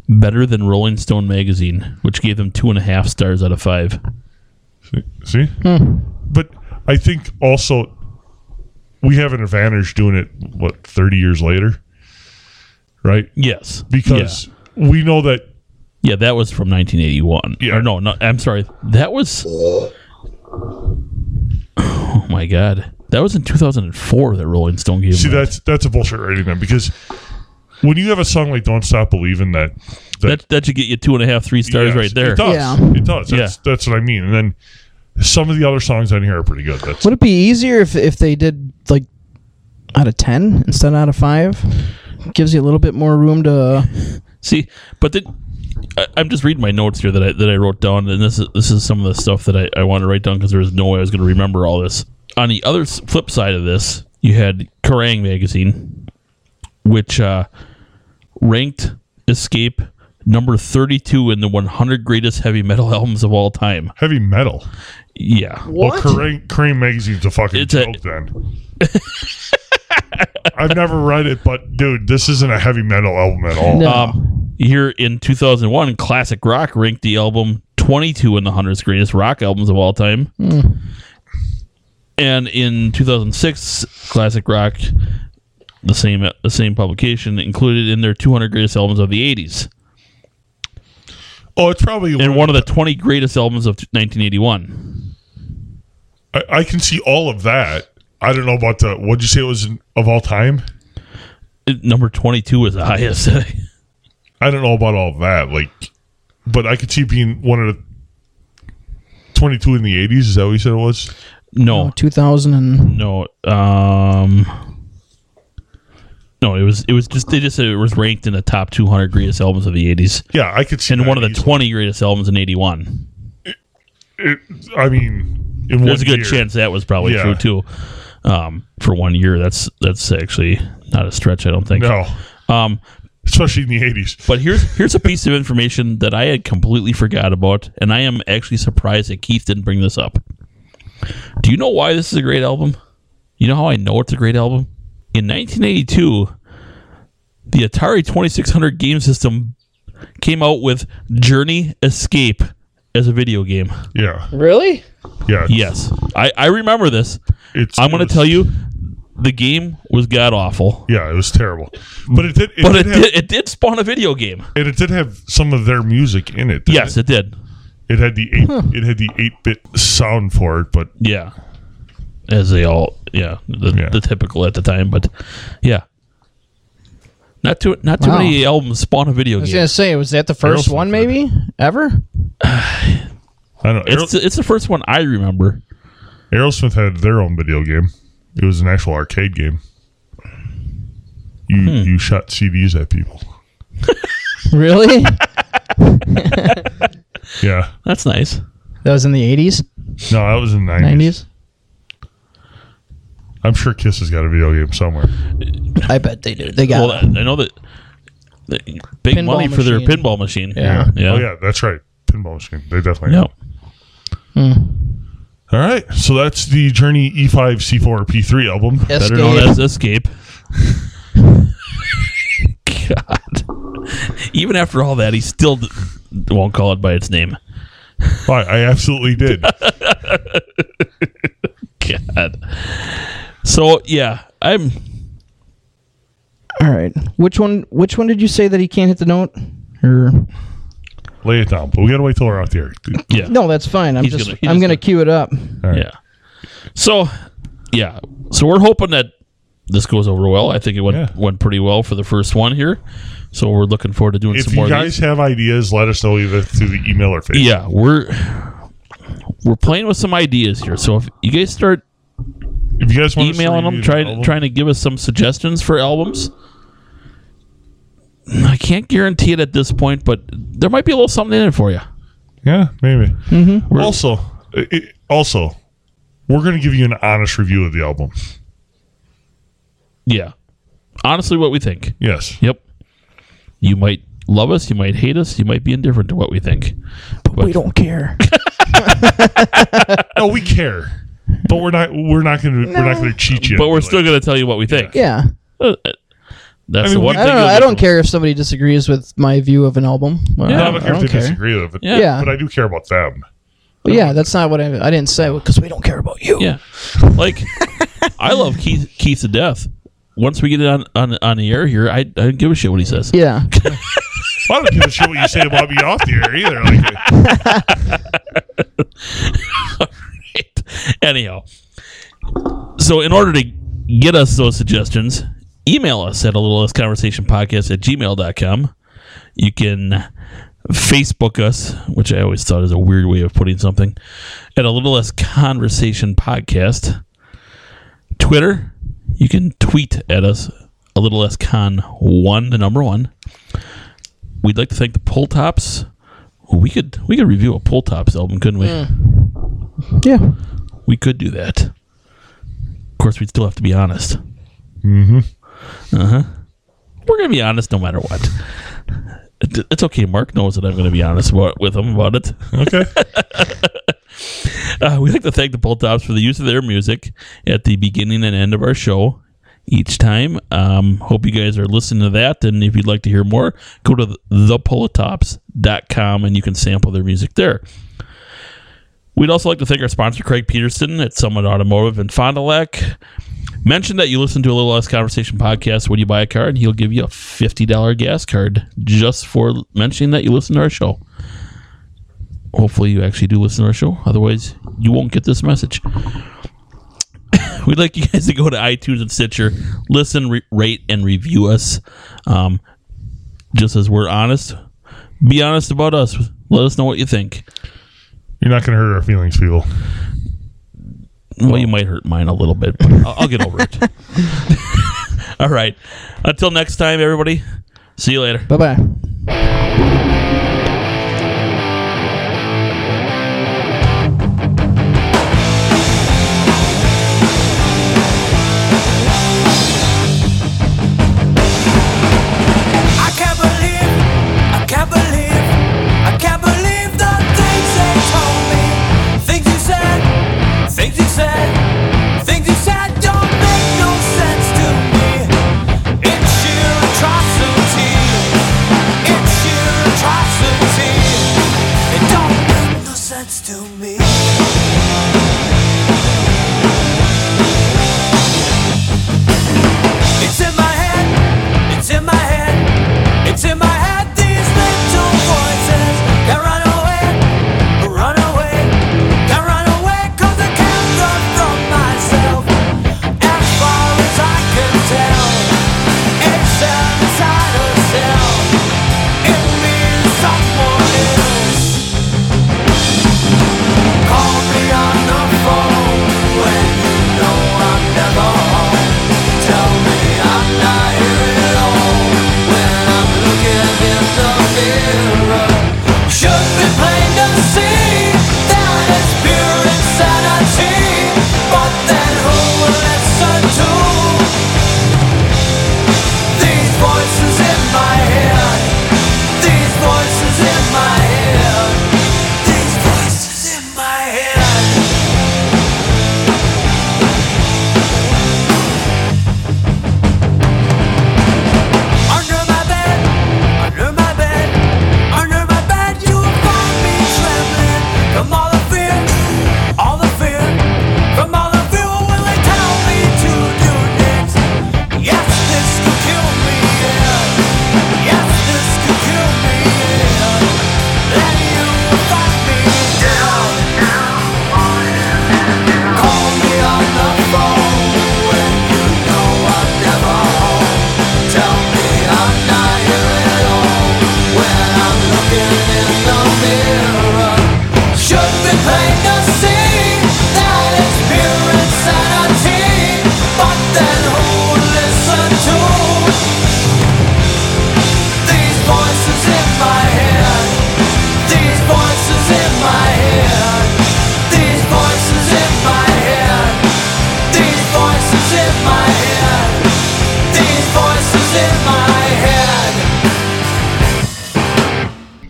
Speaker 3: better than Rolling Stone magazine, which gave them two and a half stars out of five.
Speaker 4: See? See?
Speaker 3: Hmm.
Speaker 4: But I think also we have an advantage doing it, what, 30 years later? Right?
Speaker 3: Yes,
Speaker 4: Because we know that
Speaker 3: yeah, yeah that was from 1981.
Speaker 4: Yeah.
Speaker 3: Or no, no, I'm sorry, that was. Oh my god, that was in 2004 that Rolling Stone gave.
Speaker 4: see
Speaker 3: them that.
Speaker 4: that's that's a bullshit rating then because when you have a song like Don't Stop Believing that
Speaker 3: That that should get you two and a half, three stars
Speaker 4: Yes,
Speaker 3: right there.
Speaker 4: It does.
Speaker 1: Yeah.
Speaker 4: It does. That's that's what I mean. And then some of the other songs on here are pretty good. That's
Speaker 1: Would it be easier if if they did like out of ten instead of out of five? Gives you a little bit more room to.
Speaker 3: See, but the, I, I'm just reading my notes here that I that I wrote down, and this is this is some of the stuff that I, I wanted to write down because there was no way I was going to remember all this. On the other s- flip side of this, you had Kerrang! magazine, which uh, ranked Escape number 32 in the 100 greatest heavy metal albums of all time.
Speaker 4: heavy metal.
Speaker 3: Yeah,
Speaker 1: What?
Speaker 4: Well, Kerrang! Cream magazine's a fucking
Speaker 3: It's a-
Speaker 4: joke then. I've never read it, but dude, this isn't a heavy metal album at all.
Speaker 1: No.
Speaker 3: Um, here in 2001, classic rock ranked the album 22 in the 100 greatest rock albums of all time. And in 2006, classic rock, the same the same publication, included in their 200 greatest albums of the 80s,
Speaker 4: Oh, it's probably
Speaker 3: and one of the 20 greatest albums of 1981.
Speaker 4: I, I can see all of that. I don't know about the. What'd you say it was in- of all time?
Speaker 3: It- number 22 is the highest.
Speaker 4: I don't know about all of that. Like, but I could see it being one of the twenty-two in the eighties. Is that what you said it was?
Speaker 3: no,
Speaker 1: Two thousand and
Speaker 3: no, um, no. It was it was just they just said it was ranked in the top 200 greatest albums of the 80s.
Speaker 4: Yeah, I could see.
Speaker 3: and
Speaker 4: that
Speaker 3: one of the
Speaker 4: easily.
Speaker 3: 20 greatest albums in 81.
Speaker 4: It- I mean,
Speaker 3: There's
Speaker 4: in one
Speaker 3: a good
Speaker 4: year.
Speaker 3: chance that was probably
Speaker 4: Yeah.
Speaker 3: true too. Um, for one year, that's that's actually not a stretch, I don't think.
Speaker 4: No,
Speaker 3: Um,
Speaker 4: especially in the eighties.
Speaker 3: but here's here's a piece of information that I had completely forgot about, and I am actually surprised that Keith didn't bring this up. Do you know why this is a great album? You know how I know it's a great album? In 1982, the Atari 2600 game system came out with Journey Escape as a video game.
Speaker 4: Yeah,
Speaker 1: really.
Speaker 4: yeah,
Speaker 3: Yes, I, I remember this.
Speaker 4: It's.
Speaker 3: I'm
Speaker 4: it
Speaker 3: going
Speaker 4: was-
Speaker 3: to tell you, the game was god awful,
Speaker 4: Yeah, it was terrible. But it did. It
Speaker 3: but it
Speaker 4: did have,
Speaker 3: did, it did spawn a video game.
Speaker 4: and it did have some of their music in it. didn't
Speaker 3: Yes,
Speaker 4: it,
Speaker 3: it did.
Speaker 4: it had the eight. It had the eight-bit sound for it, but
Speaker 3: Yeah, as they all yeah the,
Speaker 4: Yeah.
Speaker 3: the typical at the time, but yeah, not too not too
Speaker 1: Wow.
Speaker 3: many albums spawn a video
Speaker 1: I was
Speaker 3: game.
Speaker 1: gonna say, was that the first
Speaker 4: Aerosmith
Speaker 1: one
Speaker 4: did.
Speaker 1: maybe ever?
Speaker 4: I don't. know.
Speaker 3: It's the, it's the first one I remember.
Speaker 4: Aerosmith had their own video game. It was an actual arcade game. You
Speaker 3: Hmm.
Speaker 4: you shot CDs at people.
Speaker 1: Really?
Speaker 4: Yeah.
Speaker 3: That's nice.
Speaker 1: that was in the eighties,
Speaker 4: No, that was in the 90s.
Speaker 1: nineties.
Speaker 4: I'm sure Kiss has got a video game somewhere.
Speaker 5: I bet they do. They got.
Speaker 3: Well, I I know that. that Big
Speaker 1: Pinball
Speaker 3: money for their
Speaker 1: machine.
Speaker 3: pinball machine.
Speaker 5: Yeah.
Speaker 3: Yeah.
Speaker 4: Oh yeah, that's right. Pinball machine. They definitely.
Speaker 3: Yep.
Speaker 4: All right. So that's the Journey E E5 C4 P3 album.
Speaker 3: Better
Speaker 5: Escape.
Speaker 4: Oh,
Speaker 3: known as Escape. God. Even after all that, he still d- won't call it by its name.
Speaker 4: Why? I absolutely did.
Speaker 3: God. So yeah, I'm.
Speaker 1: All right. Which one? Which one did you say that he can't hit the note? Or
Speaker 4: Lay it down. But we gotta wait till we're out there.
Speaker 3: Yeah.
Speaker 1: no, that's fine. I'm
Speaker 3: He's
Speaker 1: just.
Speaker 3: gonna- he
Speaker 1: I'm
Speaker 3: just
Speaker 1: gonna
Speaker 3: gonna-
Speaker 1: cue it up.
Speaker 3: Yeah. So, yeah. So we're hoping that this goes over well. I think it went
Speaker 4: Yeah.
Speaker 3: went pretty well for the first one here. So we're looking forward to doing
Speaker 4: If
Speaker 3: some more.
Speaker 4: you
Speaker 3: of
Speaker 4: guys
Speaker 3: these.
Speaker 4: have ideas, let us know either through the email or Facebook.
Speaker 3: yeah, we're we're playing with some ideas here. So if you guys start
Speaker 4: If you guys want us to
Speaker 3: emailing
Speaker 4: review
Speaker 3: them,
Speaker 4: the
Speaker 3: trying
Speaker 4: album-
Speaker 3: trying to give us some suggestions for albums. I can't guarantee it at this point, but there might be a little something in it for you.
Speaker 4: Yeah, maybe. Mm-hmm. Also, it, also, we're gonna give you an honest review of the album.
Speaker 3: Yeah. Honestly, what we think.
Speaker 4: Yes.
Speaker 3: Yep. You might love us. You might hate us. You might be indifferent to what we think. But,
Speaker 1: We don't care.
Speaker 4: No, we care, but we're not. We're not gonna. We're not gonna cheat you.
Speaker 3: But we're
Speaker 4: Like,
Speaker 3: still going to tell you what we think.
Speaker 1: yeah.
Speaker 3: Uh, uh, That's
Speaker 4: I mean,
Speaker 3: the
Speaker 4: we-
Speaker 3: one
Speaker 4: I
Speaker 1: I
Speaker 3: thing.
Speaker 1: don't know.
Speaker 3: you'll
Speaker 1: I
Speaker 3: get
Speaker 1: don't
Speaker 3: from-
Speaker 1: care if somebody disagrees with my view of an album. Well,
Speaker 3: Yeah.
Speaker 4: No,
Speaker 1: I
Speaker 4: I
Speaker 1: don't,
Speaker 4: don't care
Speaker 1: I
Speaker 4: if
Speaker 1: don't
Speaker 4: they
Speaker 1: care.
Speaker 4: disagree with it.
Speaker 3: Yeah.
Speaker 1: Yeah.
Speaker 4: But I do care about them.
Speaker 1: Well, yeah, that's not what I. I didn't say because we don't care about you.
Speaker 3: Yeah. Like, I love Keith Keith to death. Once we get it on, on, on the air here, I, I don't give a shit what he says.
Speaker 1: Yeah.
Speaker 4: I don't give a shit what you say about me off the air either. Like,
Speaker 3: Right. Anyhow, so in order to get us those suggestions, email us at a little less conversation podcast at gmail.com. You can Facebook us, which I always thought is a weird way of putting something, at a little less conversation podcast. Twitter, you can tweet at us a little less con one, the number one. We'd like to thank the pull tops. We could we could review a pull tops album, couldn't we?
Speaker 1: Yeah.
Speaker 3: We could do that. Of course, we'd still have to be honest. Mm-hmm. Uh huh. We're gonna be honest no matter what. It- It's okay. Mark knows that I'm gonna be honest about, with him about it.
Speaker 4: okay.
Speaker 3: Uh, we'd like to thank the Pull Tops for the use of their music at the beginning and end of our show each time. Um, hope you guys are listening to that. And if you'd like to hear more, go to thepulltops.com and you can sample their music there. We'd also like to thank our sponsor, Craig Peterson at Summit Automotive in Fond du Lac. Mention that you listen to a Little Less Conversation podcast when you buy a car, and he'll give you a $50 gas card just for mentioning that you listen to our show hopefully you actually do listen to our show. Otherwise, you won't get this message. We'd like you guys to go to iTunes and Stitcher, listen, re- rate, and review us. Um, just as we're honest, be honest about us. Let us know what you think.
Speaker 4: You're not gonna hurt our feelings, people.
Speaker 3: Well, you might hurt mine a little bit, but I'll, I'll get over it. All right. Until next time, everybody. See you later.
Speaker 1: Bye bye.
Speaker 6: I can't believe, I can't believe, I can't believe the things they told me. Things you said, things you said, things you said don't make no sense to me. It's sheer atrocity.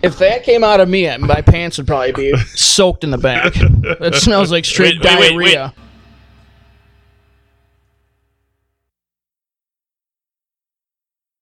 Speaker 1: If that came out of me, my pants would probably be soaked in the back. That smells like straight
Speaker 3: Wait, wait, wait,
Speaker 1: diarrhea.
Speaker 3: wait.